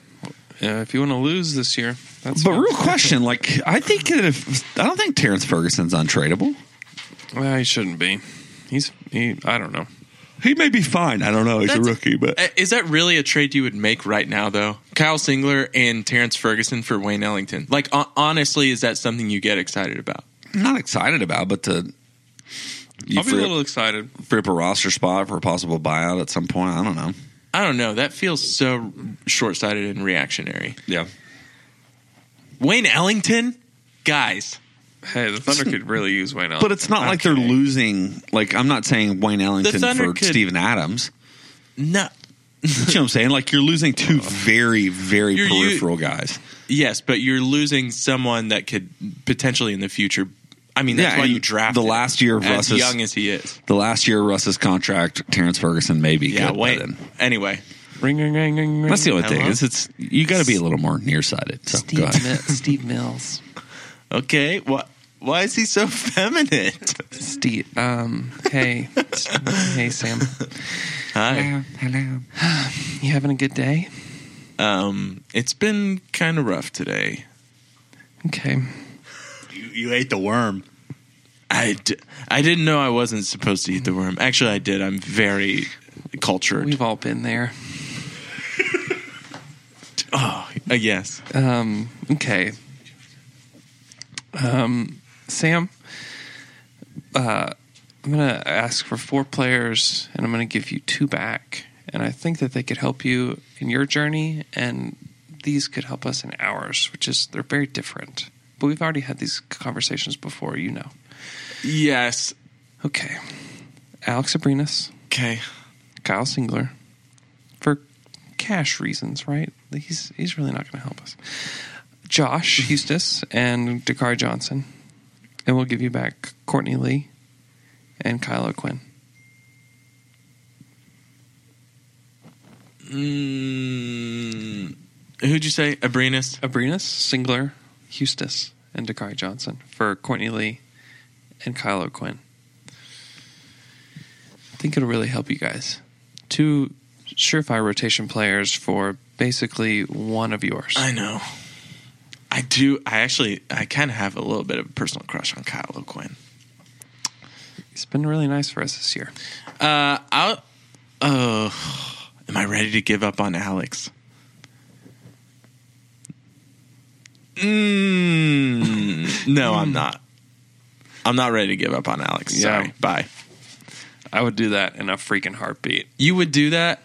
A: Yeah, if you want to lose this year, that's
F: But
A: fine.
F: real question, like I think that if I don't think Terrence Ferguson's untradeable.
A: Well, he shouldn't be. He's he. I don't know.
F: He may be fine. I don't know. He's
G: That's-
F: a rookie, but
G: Uh, Is that really a trade you would make right now though? Kyle Singler and Terrence Ferguson for Wayne Ellington. Like hon- honestly, is that something you get excited about?
F: I'm not excited about. But to you
A: I'll be
F: free,
A: a little excited.
F: free up a roster spot for a possible buyout at some point. I don't know.
G: I don't know. That feels so short-sighted and reactionary.
F: Yeah,
G: Wayne Ellington, guys.
A: Hey, the Thunder could really use Wayne Ellington.
F: but it's not like they're
G: Okay.
F: losing. Like I'm not saying Wayne Ellington
G: Thunder
F: for
G: could-
F: Steven Adams.
G: No,
F: you know what I'm saying? Like you're losing two very, very
G: Uh, You're- you-
F: peripheral guys.
G: Yes, but you're losing someone that could potentially in the future. I mean, that's
F: Yeah,
G: why
F: and
G: you draft
F: the last year of
G: as
F: Russ's-
G: young as he is.
F: The last year of Russ's contract, Terrence Ferguson may be
G: Yeah,
F: good. by
G: wait.
F: then.
G: Anyway,
A: ring, ring, ring, ring, ring.
F: That's the only
G: Hello?
F: thing is it's you got to be a little more nearsighted. So go ahead.
A: Steve Mills.
G: okay. What? Why is he so feminine?
A: Steve. Um. Hey. hey, Sam.
G: Hi.
A: Hello. You having a good day?
G: Um, it's been kind of rough today.
A: Okay.
E: You, you ate the worm.
G: I, d- I didn't know I wasn't supposed to eat the worm. Actually, I did. I'm very cultured.
A: We've all been there.
G: oh, uh, yes.
A: Um. Okay. Um. Sam. Uh, I'm gonna ask for four players, and I'm gonna give you two back. And I think that they could help you in your journey, and these could help us in ours, which is they're very different. But we've already had these conversations before, you know.
G: Yes.
A: Okay, Alex Abrinas,
G: Okay.
A: Kyle Singler, for cash reasons, right? He's he's really not going to help us. Josh Eustace and Dakar Johnson, and we'll give you back Courtney Lee and Kylo Quinn.
G: Mm, who'd you say? Abrinas?
A: Abrinas, Singler, Eustace, and Dakari Johnson for Courtney Lee and Kylo Quinn. I think it'll really help you guys. Two surefire rotation players for basically one of yours.
G: I know. I do. I actually, I kind of have a little bit of a personal crush on Kyle O'Quinn.
A: It's been really nice for us this year.
G: Uh, I'll, oh, am I ready to give up on Alex? Mm, no, I'm not. I'm not ready to give up on Alex.
A: Yeah.
G: Sorry. Bye.
A: I would do that in a freaking heartbeat.
G: You would do that?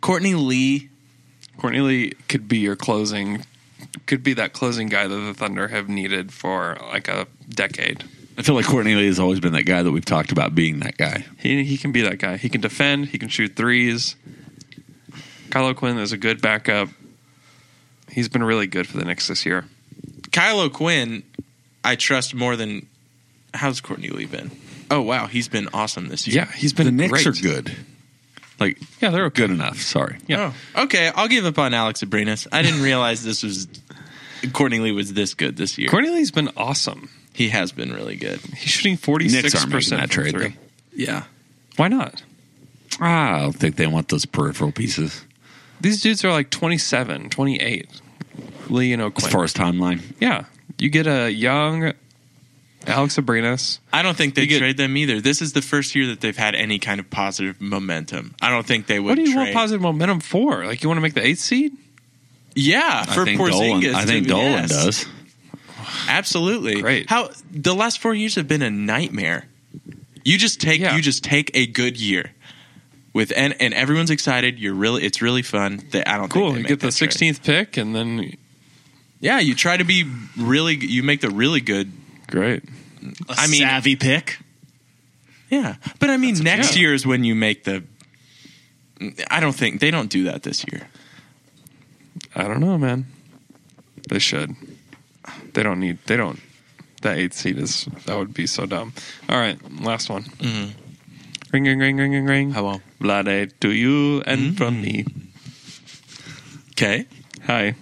G: Courtney Lee.
A: Courtney Lee could be your closing, could be that closing guy that the Thunder have needed for like a decade.
F: I feel like Courtney Lee has always been that guy that we've talked about being that guy.
A: He he can be that guy. He can defend. He can shoot threes. Kylo Quinn is a good backup. He's been really good for the Knicks this year.
G: Kylo Quinn, I trust more than. How's Courtney Lee been? Oh, wow. He's been awesome this year.
A: Yeah, he's been
F: The Knicks
A: great.
F: are good. Like
A: Yeah, they're okay.
F: good enough. Sorry.
A: Yeah.
G: Oh, okay. I'll give up on Alex Abrinas. I didn't realize this was. Courtney Lee was this good this
F: Oh.
G: year.
A: Courtney Lee's been awesome.
G: he has been really good.
A: He's shooting forty
F: Knicks
A: six
F: aren't making
A: percent
F: that trade.
A: Three.
F: though.
G: Yeah.
A: Why not?
F: Ah, I don't think they want those peripheral pieces
A: These dudes are like 27, 28. Lee and
F: as
A: O'Quinn.
F: far as timeline.
A: yeah, you get a young Alex Abrinas.
G: I don't think they
A: You get-
G: trade them either. This is the first year that they've had any kind of positive momentum. I don't think they would.
A: What do you want
G: trade-
A: positive momentum for? Like you want to make the eighth seed?
G: Yeah, for
F: I think
G: Porzingis.
F: Dolan, I
G: to-
F: think Dolan
G: yes.
F: does.
G: Absolutely.
A: Great.
G: How the last four years have been a nightmare. You just take
A: Yeah.
G: you just take a good year with and and everyone's excited. You're really it's really fun. That I don't think
A: Cool.
G: they
A: You
G: make
A: get the
G: that trade.
A: sixteenth pick, and then
G: Yeah, you try to be really. You make the really good.
A: great.
E: A
G: I mean-
E: savvy pick.
G: Yeah, but I mean next
A: yeah.
G: year is when you make the. I don't think they don't do that this year.
A: I don't know, man. They should. They don't need. They don't. That eighth seed is. That would be so dumb. All right, last one. Ring, ring, ring, ring, ring, ring. Mm.
G: Hello.
A: Vlade to you and from me.
G: Okay.
A: Hi.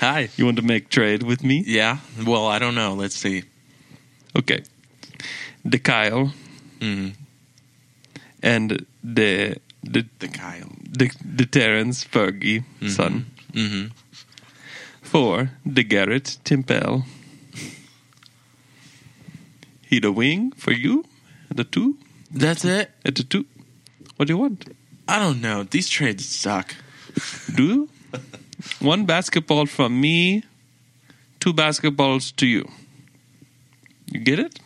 G: Hi.
A: You want to make trade with me?
G: Yeah. Well, I don't know. Let's see.
A: Okay. The Kyle
G: Mhm.
A: and the the Mm-hmm.
G: The Kyle.
A: the, the Terrence Fergie son.
G: Mhm.
A: Four, the Garrett Timpel. He the wing for you, the two,
G: That's it.
A: at the two. What do you want?
G: I don't know. These trades suck.
A: Do you? One basketball from me, two basketballs to you. You get it?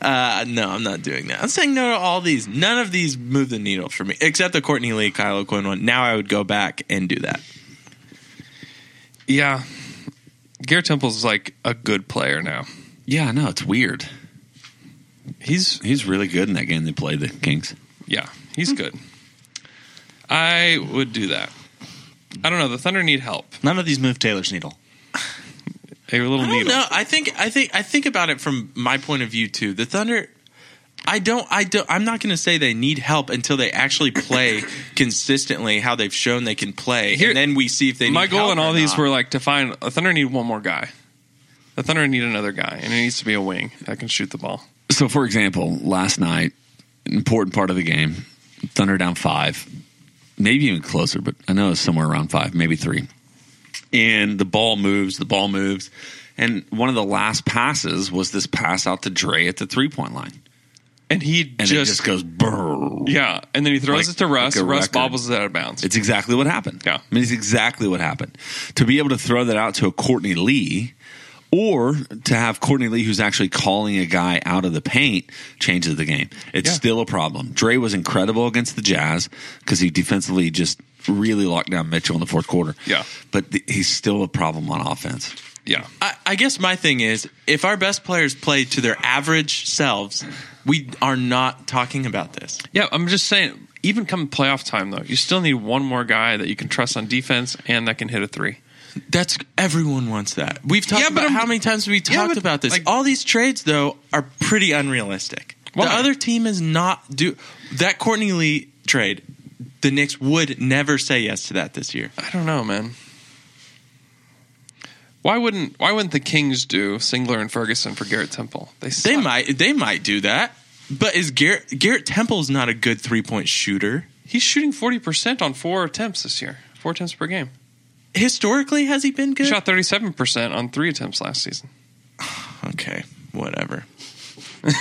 G: Uh, no, I'm not doing that. I'm saying no to all these. None of these move the needle for me, except the Courtney Lee, Kylo Quinn one. Now I would go back and do that.
A: Yeah. Garrett Temple's like a good player now.
F: Yeah, I know. It's weird.
A: He's
F: He's really good in that game they played the Kings.
A: yeah, he's good. I would do that. I don't know. The Thunder need help.
E: None of these move Taylor's needle.
A: They're a little
G: I don't
A: needle.
G: know. I think I think I think about it from my point of view too. The Thunder. I don't. I don't. I'm not going to say they need help until they actually play consistently how they've shown they can play,
A: Here-
G: and then we see if they.
A: My
G: need
A: goal
G: help
A: in
G: or
A: all these
G: not.
A: were like to find the Thunder need one more guy. The Thunder need another guy, and it needs to be a wing that can shoot the ball.
F: So, for example, last night, an important part of the game, Thunder down five, maybe even closer, but I know it's somewhere around five, maybe three. And the ball moves, the ball moves. And one of the last passes was this pass out to Dre at the three point line.
A: And he
F: And
A: just,
F: it just goes brrr.
A: yeah, and then he throws
F: Like-
A: it to Russ.
F: like a
A: Russ
F: record.
A: bobbles it out of bounds.
F: It's exactly what happened.
A: Yeah.
F: I mean, it's exactly what happened. To be able to throw that out to a Courtney Lee or to have Courtney Lee, who's actually calling a guy out of the paint, changes the game. It's
A: Yeah.
F: still a problem. Dre was incredible against the Jazz because he defensively just really locked down Mitchell in the fourth quarter.
A: Yeah.
F: But th- he's still a problem on offense.
A: yeah,
G: I, I guess my thing is if our best players play to their average selves, we are not talking about this.
A: yeah. I'm just saying. Even come playoff time, though, you still need one more guy that you can trust on defense and that can hit a three.
G: That's everyone wants that. We've talked
A: Yeah, but
G: about
A: I'm-
G: how many times have we talked
A: Yeah, but,
G: about this.
A: like-
G: All these trades though are pretty unrealistic.
A: Why?
G: The other team is not do that Courtney Lee trade. The Knicks would never say yes to that this year.
A: I don't know, man. Why wouldn't Why wouldn't the Kings do Singler and Ferguson for Garrett Temple? They
G: They
A: suck.
G: might they might do that. But is Garrett Garrett Temple's not a good three point shooter?
A: He's shooting forty percent on four attempts this year. Four attempts per game.
G: Historically, has he been
A: He
G: good?
A: shot thirty seven percent on three attempts last season.
G: Okay, whatever.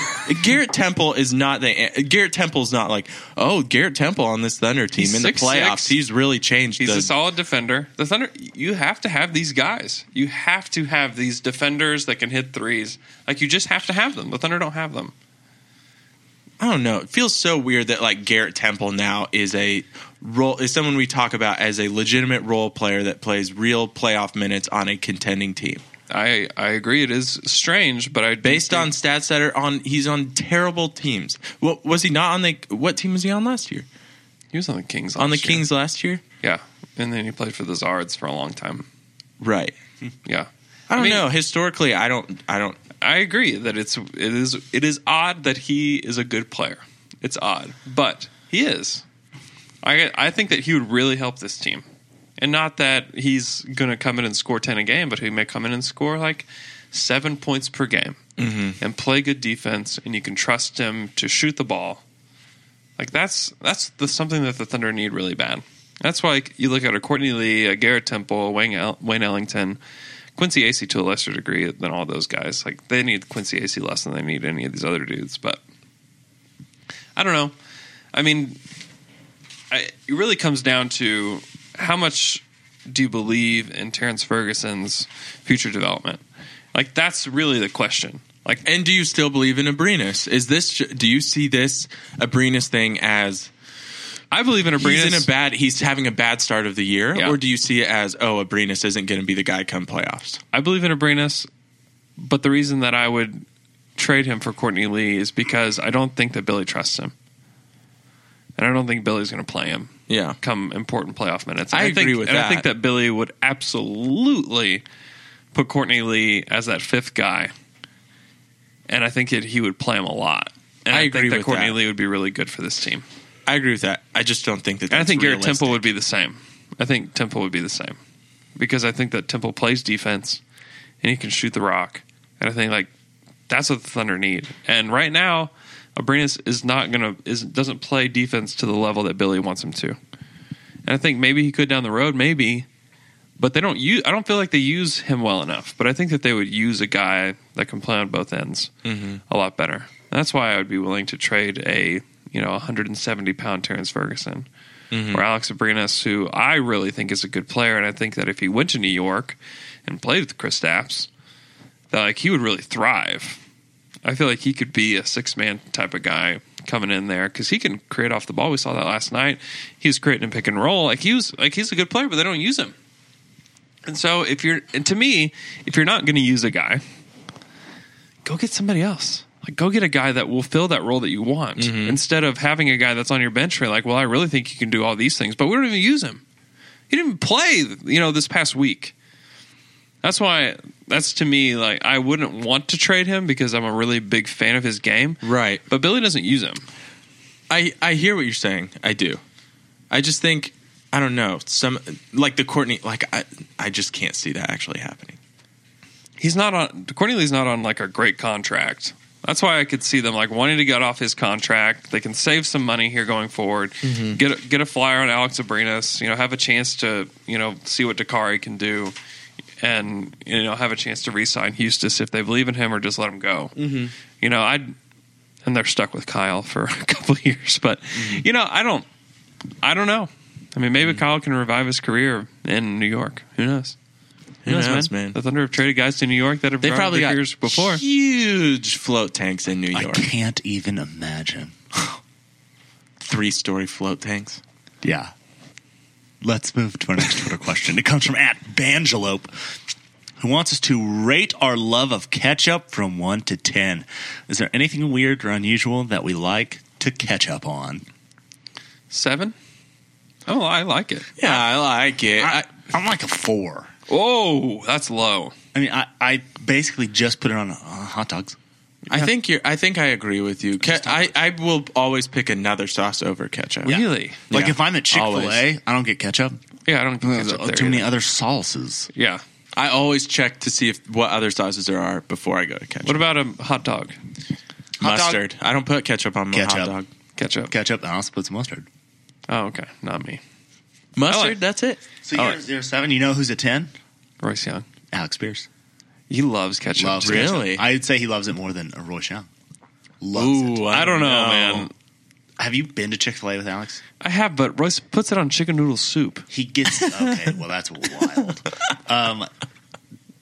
G: Garrett Temple is not the Garrett Temple's not like oh Garrett Temple on this Thunder team
A: He's
G: in the
A: 6'6".
G: playoffs. He's really changed.
A: He's
G: the-
A: a solid defender. The Thunder, you have to have these guys. You have to have these defenders that can hit threes. Like you just have to have them. The Thunder don't have them.
G: I don't know. It feels so weird that like Garrett Temple now is a role is someone we talk about as a legitimate role player that plays real playoff minutes on a contending team.
A: I I agree. It is strange, but I do
G: Based
A: think-
G: on stats that are on, he's on terrible teams. What was he not on the? What team was he on last year?
A: he was on the Kings
G: on the
A: last year.
G: Kings last year,
A: yeah, and then he played for the Zards for a long time.
G: right?
A: Yeah,
G: I don't
A: mean-
G: know. Historically, I don't. I don't.
A: I agree that it's it is it is odd that he is a good player. It's odd, but he is. I I think that he would really help this team, and not that he's going to come in and score ten a game, but he may come in and score like seven points per game and play good defense, and you can trust him to shoot the ball. Like that's that's the something that the Thunder need really bad. That's why like, you look at a Courtney Lee, a Garrett Temple, Wayne, El- Wayne Ellington, Quincy Acey to a lesser degree than all those guys. Like they need Quincy Acey less than they need any of these other dudes. But I don't know. I mean, I, it really comes down to how much do you believe in Terrence Ferguson's future development? Like that's really the question. Like
G: And do you still believe in Abrinas? Is this? Do you see this Abrinas thing as
A: I believe in
G: he's
A: Abrinas.
G: in a bad? He's having a bad start of the year,
A: Yeah.
G: or do you see it as oh, Abrinas isn't going to be the guy come playoffs?
A: I believe in Abrinas, but the reason that I would trade him for Courtney Lee is because I don't think that Billy trusts him, and I don't think Billy's going to play him
G: Yeah,
A: come important playoff minutes.
G: I
A: And think,
G: agree with
A: and I
G: that.
A: think that Billy would absolutely put Courtney Lee as that fifth guy, and I think that he would play him a lot. And
G: I
A: I,
G: agree
A: think that
G: with
A: Courtney
G: that.
A: Lee would be really good for this team.
G: I agree with that. I just don't think that.
A: And I
G: that's
A: think Garrett
G: realistic.
A: Temple would be the same. I think Temple would be the same because I think that Temple plays defense and he can shoot the rock. And I think like that's what the Thunder need. And right now, Abrinas is not gonna is doesn't play defense to the level that Billy wants him to. And I think maybe he could down the road, maybe, but they don't use. I don't feel like they use him well enough. But I think that they would use a guy that can play on both ends
G: Mm-hmm.
A: a lot better. That's why I would be willing to trade a you know 170 pound Terrence Ferguson or Alex Abrinas, who I really think is a good player, and I think that if he went to New York and played with Chris Stapps, that like he would really thrive. I feel like he could be a six man type of guy coming in there because he can create off the ball. We saw that last night. He was creating a pick and roll. Like he was like he's a good player, but they don't use him. And so if you're and to me, if you're not going to use a guy, go get somebody else. Like go get a guy that will fill that role that you want instead of having a guy that's on your bench for like, well, I really think you can do all these things, but we don't even use him. He didn't even play, you know, this past week. That's why that's to me like I wouldn't want to trade him because I'm a really big fan of his game.
G: Right.
A: But Billy doesn't use him.
G: I I hear what you're saying. I do. I just think I don't know some like the Courtney like I I just can't see that actually happening.
A: He's not on Courtney Lee's not on like a great contract. That's why I could see them like wanting to get off his contract. They can save some money here going forward. Get a, get a flyer on Alex Abrinas. You know, have a chance to you know see what Dakari can do, and you know have a chance to re-sign Hustis if they believe in him or just let him go. Mm-hmm. You know, I and they're stuck with Kyle for a couple of years. But you know, I don't, I don't know. I mean, maybe Kyle can revive his career in New York. Who knows?
G: Who knows, man?
A: The Thunder have traded guys to New York that have
G: They probably got
A: years before.
G: huge float tanks in New
E: I
G: York.
E: can't even imagine.
G: Three story float tanks.
E: Yeah. Let's move to our next Twitter question. It comes from at Bangelope, who wants us to rate our love of ketchup from one to ten. Is there anything weird or unusual that we like to catch up on?
A: Seven. Oh, I like it.
G: Yeah, I like it.
E: I, I'm like a four.
A: Oh, that's low.
E: I mean, I, I basically just put it on uh, hot dogs.
G: I think you're. I think I agree with you. Ke- I I will always pick another sauce over ketchup.
A: Really?
E: Like
G: Yeah.
E: if I'm at Chick Fil
G: Always.
E: A, I don't get ketchup.
A: Yeah, I don't think that's
E: There's
A: up
E: uh,
A: there.
E: too many
A: either.
E: other sauces.
A: Yeah.
G: I always check to see if what other sauces there are before I go to ketchup.
A: What about a hot dog?
E: hot dog?
G: mustard? I don't put ketchup on my
E: Ketchup.
G: hot dog.
A: Ketchup.
E: Ketchup, and I also put some mustard.
A: Oh, okay. Not me.
G: Mustard.
A: I like-
G: that's it.
E: So
A: All
E: you're,
A: right.
E: you're seven. You know who's a ten?
A: Royce Young.
E: Alex Pierce.
A: He loves ketchup.
E: Loves
A: too.
E: ketchup.
G: Really?
E: I'd say he loves it more than a Roy Young. Loves it.
A: I don't know, man.
E: Have you been to Chick Fil A with Alex?
A: I have, but Royce puts it on chicken noodle soup.
E: He gets okay. Well, that's wild. Um,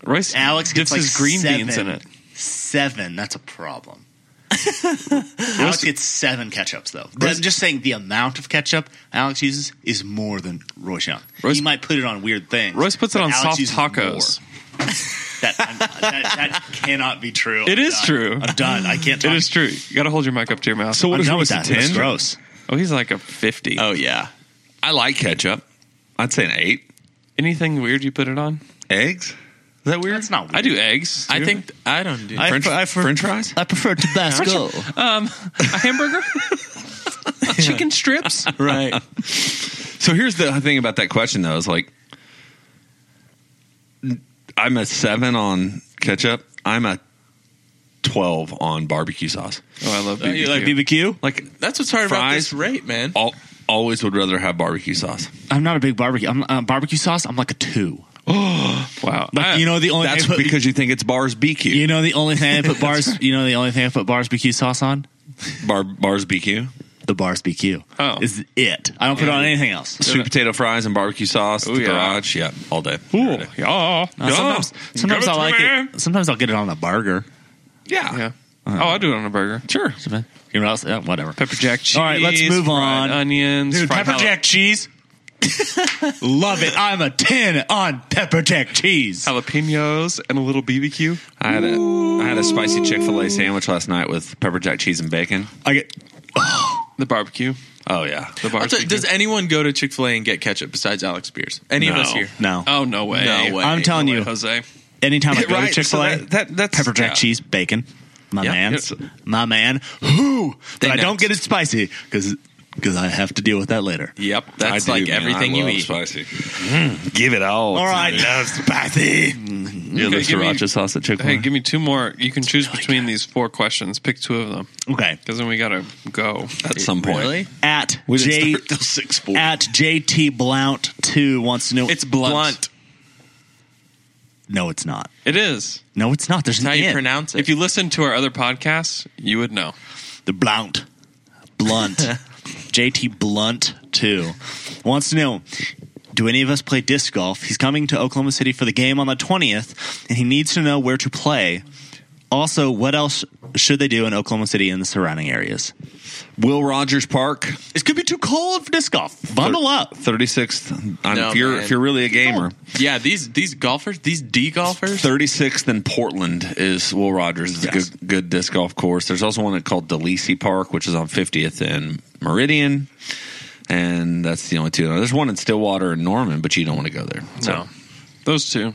A: Royce
E: Alex gets
A: dips
E: like
A: his green
E: seven,
A: beans in it.
E: Seven. That's a problem. Alex gets seven ketchups though. But I'm just saying the amount of ketchup Alex uses is more than Royce Young.
A: Royce-
E: he might put it on weird things.
A: Royce puts it
E: but
A: on
E: Alex
A: soft
E: uses
A: tacos.
E: more. That, I'm- that that cannot be true.
A: It
E: I'm
A: is
E: done.
A: true.
E: I'm done. I can't. Talk.
A: It is true. You got to hold your mic up to your mouth.
F: So what
E: I'm
F: is
E: done with
F: Royce
E: that.
F: a
E: That's
F: 10?
E: gross.
A: oh, he's like a fifty.
G: Oh yeah.
F: I like ketchup. I'd say an eight.
A: Anything weird you put it on?
F: Eggs? Is that weird?
E: That's not. Weird.
A: I do eggs.
G: I
A: too.
G: think I don't do.
F: French, French fries?
E: I prefer Tabasco.
A: a hamburger, chicken strips.
G: right.
F: So here's the thing about that question though is like I'm a seven on ketchup. I'm a twelve on barbecue sauce.
A: Oh, I love BBQ.
G: You like
E: BBQ.
F: Like
G: That's what's hard about this
F: Fries.
G: rate, man.
F: all, always would rather have barbecue sauce.
E: I'm not a big barbecue. I'm uh, barbecue sauce. I'm like a two.
A: wow.
E: Like you know the only
F: That's
E: I put-
F: because you think it's bars BQ.
E: you know the only thing I put bars. You know the only thing I put bars BQ sauce on
F: Bar, bars BQ.
E: the bars BQ.
A: Oh.
E: is it? I don't put it on anything else.
F: Sweet potato fries and barbecue sauce,
A: Oh,
F: the
A: yeah.
F: garage, yeah, all day.
A: cool. Yeah.
E: Uh, sometimes sometimes I like it. Sometimes I'll get it on a burger.
F: Yeah.
A: Yeah. Oh, I'll do it on a burger. Sure.
E: You know what else? Yeah, whatever.
A: Pepper jack cheese.
E: All right, let's move
A: fried
E: on.
A: Onions.
E: Dude,
A: fried
E: pepper
A: jala-
E: jack cheese. Love it. I'm a ten on pepper jack cheese.
A: jalapenos and a little BBQ.
F: I had a I had a spicy Chick fil A sandwich last night with pepper jack cheese and bacon.
E: I get
A: The barbecue.
F: Oh yeah.
A: The
G: I'll tell
A: barbecue.
G: you, does anyone go to Chick Fil A and get ketchup besides Alex Beers? Any of
A: No.
G: us here?
E: no.
A: oh no way.
G: No way.
E: I'm telling
A: No way,
E: you,
A: Jose.
E: anytime I go
F: Right,
E: to
F: so
E: Chick Fil A,
F: that- that- that's-
E: pepper jack
F: yeah.
E: cheese, bacon. My
F: Yeah.
E: man,
F: It's-
E: my man. Who? But I
G: know.
E: don't get it spicy because because I have to deal with that later.
G: Yep, that's
F: I do,
G: like
F: man.
G: everything
F: I
G: you
F: love
G: eat.
F: Spicy. Mm. give it all.
E: All right, love spicy.
F: Your
A: Okay,
F: okay,
A: give me-
F: sriracha sauce at Chick Fil A.
A: Hey, give me two more. You can choose between these four questions. Pick two of them
E: Okay,
A: because then we gotta go.
F: at some point.
G: Really?
E: at
F: We didn't
E: J
F: start till six forty.
E: at JT Blount two wants to know.
G: It's blunt.
E: No, it's not.
A: It is.
E: No, it's not. There's
G: That's how
E: an
G: you
E: N.
G: pronounce it.
A: If you listen to our other podcasts, you would know.
E: the Blount, Blunt, JT Blunt two wants to know. Do any of us play disc golf? He's coming to Oklahoma City for the game on the 20th, and he needs to know where to play. Also, what else should they do in Oklahoma City and the surrounding areas?
F: Will Rogers Park,
E: It's going to be too cold for disc golf. Bundle up.
F: thirty sixth.
G: No,
F: if you're
G: man.
F: if you're really a gamer,
G: yeah, these these golfers, these D golfers,
F: thirty sixth in Portland is Will Rogers. It's
E: Yes.
F: a good good disc golf course. There's also one called Delisi Park, which is on fiftieth and Meridian, and that's the only two. Now, there's one in Stillwater and Norman, but you don't want to go there. So
A: No, those two.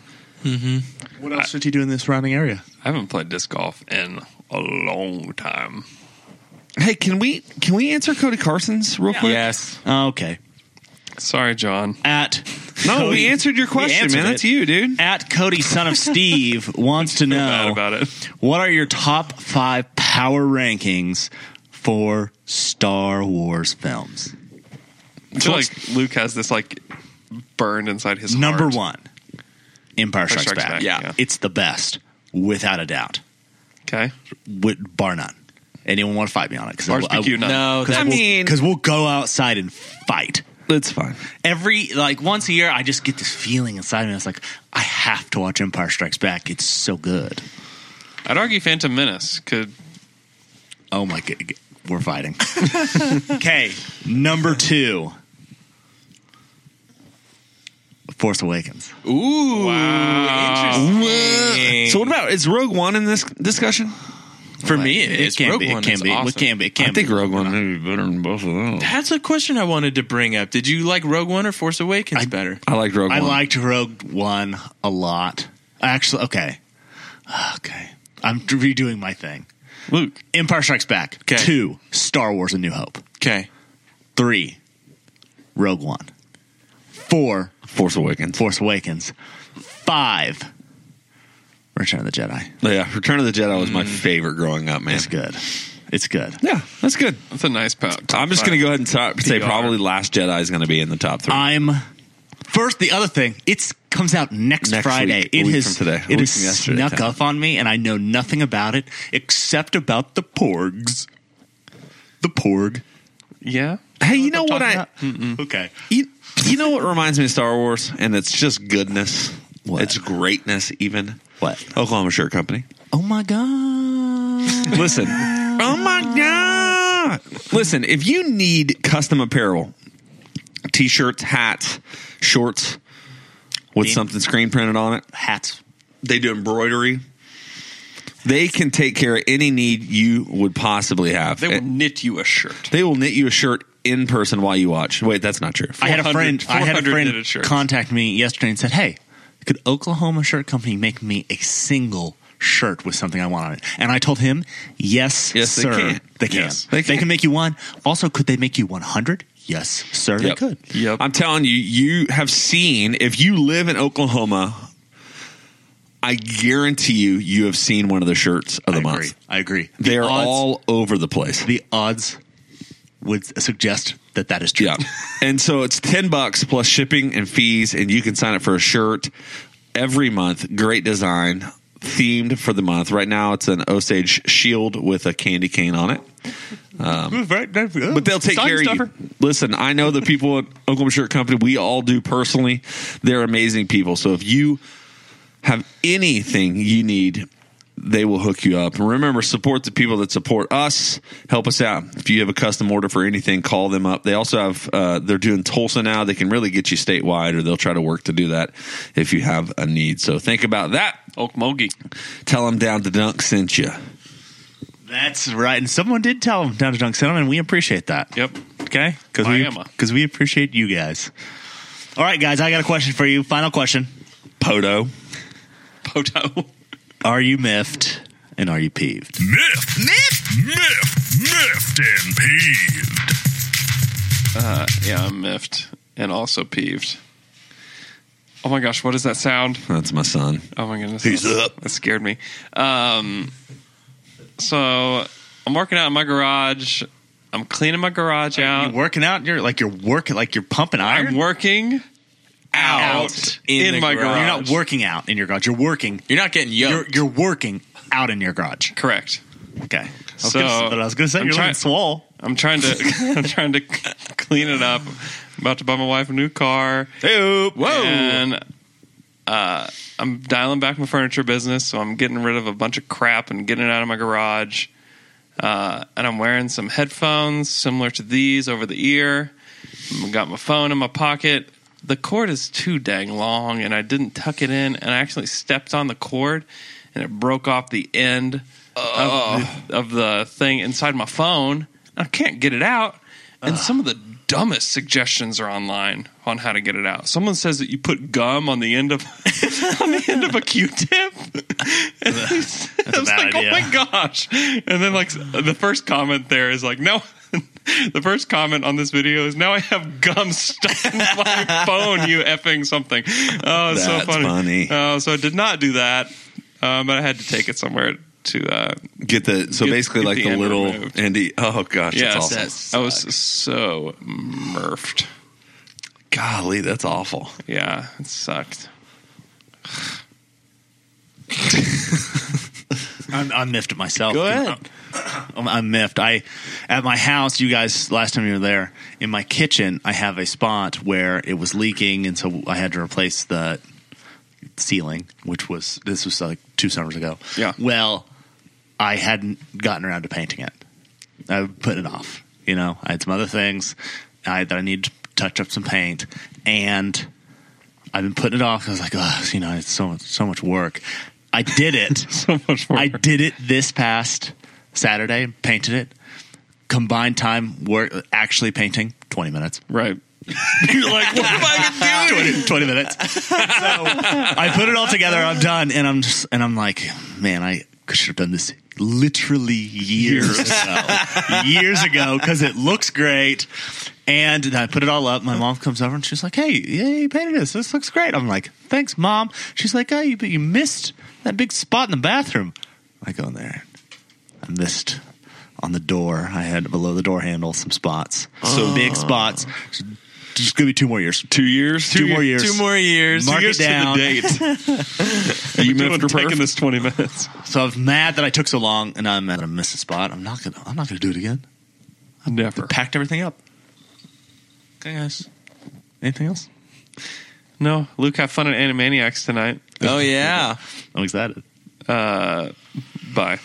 E: What else should you do in the surrounding area?
A: I haven't played disc golf in a long time.
F: hey, can we can we answer Cody Carson's real quick?
G: yes,
E: Oh, Okay.
A: Sorry, John.
E: At
F: No,
E: Cody-
F: we answered your
E: we
F: question,
E: answered
F: man.
E: it.
F: That's you, dude.
E: At Cody, son of Steve, wants to
A: Bad
E: know
A: about it.
E: what are your top five power rankings for Star Wars films?
A: I feel like Luke has this like burned inside his
E: Number
A: heart.
E: one, Empire Strikes,
A: Strikes
E: Back.
A: Back, Yeah. yeah.
E: it's the best, without a doubt,
A: Okay.
E: with bar none. Anyone want to fight me on it?
A: Bars BQ none.
G: no,
E: I Oh,
G: that,
E: mean, because we'll go outside and fight.
F: That's fine.
E: every like once a year i just get this feeling inside me it's like i have to watch empire strikes back it's so good
A: I'd argue Phantom Menace could.
E: oh my god we're fighting okay number two force awakens
G: ooh, interesting.
F: So what about is Rogue One in this discussion?
G: for me, it, is.
E: can
G: Rogue
E: be
G: One
E: it can
G: is
E: be
G: awesome.
E: it can be it can
F: I think
E: be
F: Rogue One may be better than both of those.
G: That's a question I wanted to bring up. Did you like Rogue One or Force Awakens
E: I-
G: better?
F: I like Rogue
E: i
F: One.
E: liked rogue one a lot actually okay okay i'm redoing my thing
A: Luke.
E: empire strikes back
G: Okay.
E: two star wars a new hope
G: Okay,
E: three rogue one four
F: Force Awakens.
E: Force Awakens. Five, Return of the Jedi.
F: Yeah, Return of the Jedi was my favorite growing up, man.
E: It's good. It's good.
F: Yeah, that's good.
A: That's a nice pop.
F: Uh, I'm just going to go ahead and top, say probably Last Jedi is going to be in the top three.
E: I'm First, the other thing, it comes out next,
F: Next
E: Friday.
F: week, a
E: it
F: week
E: has
F: from today,
E: it
F: a week
E: has
F: from yesterday,
E: snuck
F: Tyler.
E: up on me, and I know nothing about it except about the porgs. The porg.
A: Yeah.
F: Hey, you know what
E: Talking
F: I?
E: about- Okay.
F: You, you know what reminds me of Star Wars, and it's just goodness.
E: What?
F: It's greatness, even.
E: What?
F: Oklahoma Shirt Company.
E: Oh my god.
F: Listen. oh my god. Listen, if you need custom apparel, t-shirts, hats, shorts with
E: Bean-
F: something screen printed on it,
E: Hats.
F: they do embroidery. They can take care of any need you would possibly have.
A: They will
F: And
A: knit you a shirt.
F: they will knit you a shirt in person while you watch. Wait, that's not true.
E: I had a friend. I had a
A: 400
E: friend
A: knitted shirts.
E: contact me yesterday and said, "Hey, could Oklahoma Shirt Company make me a single shirt with something I want on it?" And I told him, "Yes,
F: Yes, they
E: sir.
F: can.
E: They can.
F: Yes,
E: they
F: they
E: can.
F: can.
E: make you one. Also, could they make you one hundred? Yes, sir. They
F: Yep.
E: could.
A: Yep.
F: I'm telling you, you have seen, if you live in Oklahoma, I guarantee you, you have seen one of the shirts of the
E: I
F: month.
E: agree. I agree. The
F: They are
E: odds-
F: all over the place.
E: the odds would suggest that that is true.
F: Yeah. and so it's 10 bucks plus shipping and fees, and you can sign up for a shirt every month. Great design, themed for the month. Right now, it's an Osage shield with a candy cane on it. But they'll take care of you. Listen, I know the people at Oklahoma Shirt Company. We all do personally. They're amazing people. So if you have anything you need, they will hook you up. And remember, support the people that support us. Help us out. If you have a custom order for anything, call them up. They also have. Uh, they're doing Tulsa now. They can really get you statewide, or they'll try to work to do that if you have a need. So think about that.
A: Okmulgee.
F: Tell them down to dunk sent you.
E: That's right. And someone did tell them down to Dunk Cinema, and we appreciate that.
A: Yep.
E: Okay? Because we,
A: Miami.
E: 'cause we appreciate you guys. All right, guys, I got a question for you. Final question.
F: Poto.
A: Poto.
E: Are you miffed and are you peeved?
H: Miffed. Miffed. Miffed. Miffed and peeved.
A: Yeah, I'm miffed and also peeved. Oh my gosh, what is that sound?
F: That's my son.
A: Oh my goodness.
F: He's
A: That-
F: up.
A: That scared me. Um, so I'm working out in my garage. I'm cleaning my garage out.
E: You're working out, you're like you're working like you're pumping iron.
A: I'm working out,
E: Out
A: in,
G: in the
A: my
G: garage.
A: garage.
E: you're not working out in your garage. You're working.
G: You're not getting
E: You're,
G: yoked.
E: you're working out in your garage.
A: Correct.
E: Okay. I was
A: So,
E: gonna, but I was going to say
A: I'm
E: you're
A: try-
E: looking swole.
A: I'm trying to. I'm trying to clean it up. I'm about to buy my wife a new car.
G: Whoa.
A: And uh, I'm dialing back my furniture business, so I'm getting rid of a bunch of crap and getting it out of my garage. Uh, and I'm wearing some headphones similar to these over the ear. I got my phone in my pocket. The cord is too dang long, and I didn't tuck it in, and I actually stepped on the cord, and it broke off the end of, the, of the thing inside my phone. I can't get it out. And some of the dumbest suggestions are online on how to get it out. Someone says that you put gum on the end of on the end of a Q-tip. And That's I was
E: bad
A: like,
E: idea.
A: oh my gosh! And then like the first comment there is like, no. The first comment on this video is now I have gum stuck in my phone. You effing something. Oh, it's so
F: That's
A: funny.
F: funny.
A: Uh, so I did not do that, um, but I had to take it somewhere to uh,
F: Get the so
A: Get-
F: basically
A: get
F: like
A: the
F: the,
A: end
F: little
A: removed.
F: Andy. Oh gosh,
A: yeah.
F: that's awesome.
A: I was so murfed.
F: Golly, that's awful.
A: Yeah, it sucked.
E: I'm, I'm miffed at myself.
F: Go ahead.
E: I'm, I'm miffed. I at my house. You guys, last time you were there, in my kitchen, I have a spot where it was leaking, and so I had to replace the ceiling, which was this was like two summers ago.
A: Yeah.
E: Well, I hadn't gotten around to painting it. I put it off. You know, I had some other things I, that I needed to touch up some paint, and I've been putting it off. I was like, oh, you know, it's so much, so much work. I did it.
A: So much more.
E: I did it this past Saturday, painted it. Combined time work actually painting 20 minutes.
A: right.
E: You're like, what am I doing? 20, 20 minutes. So I put it all together. I'm done, and I'm just, and I'm like, man, I should have done this literally years ago, years ago, because it looks great. And I put it all up. My mom comes over and she's like, "Hey, yeah, you painted this. This looks great." I'm like, "Thanks, mom." She's like, "Oh, you, but you missed that big spot in the bathroom." I go in there. I missed on the door. I had below the door handle some spots, so big spots Just gonna be two more years.
F: Two years.
E: Two more years.
G: Two more years.
E: Mark it down.
F: Are you
A: Doing-
F: Mr.
A: taking
F: Perfect?
A: this twenty minutes.
E: So I'm mad that I took so long, and I'm mad that I missed a spot. I'm not gonna. I'm not gonna do it again.
A: Never.
G: Packed everything up. Okay, guys. Anything else?
A: No, Luke, have fun at Animaniacs tonight.
G: Oh yeah.
E: I'm excited.
A: Bye.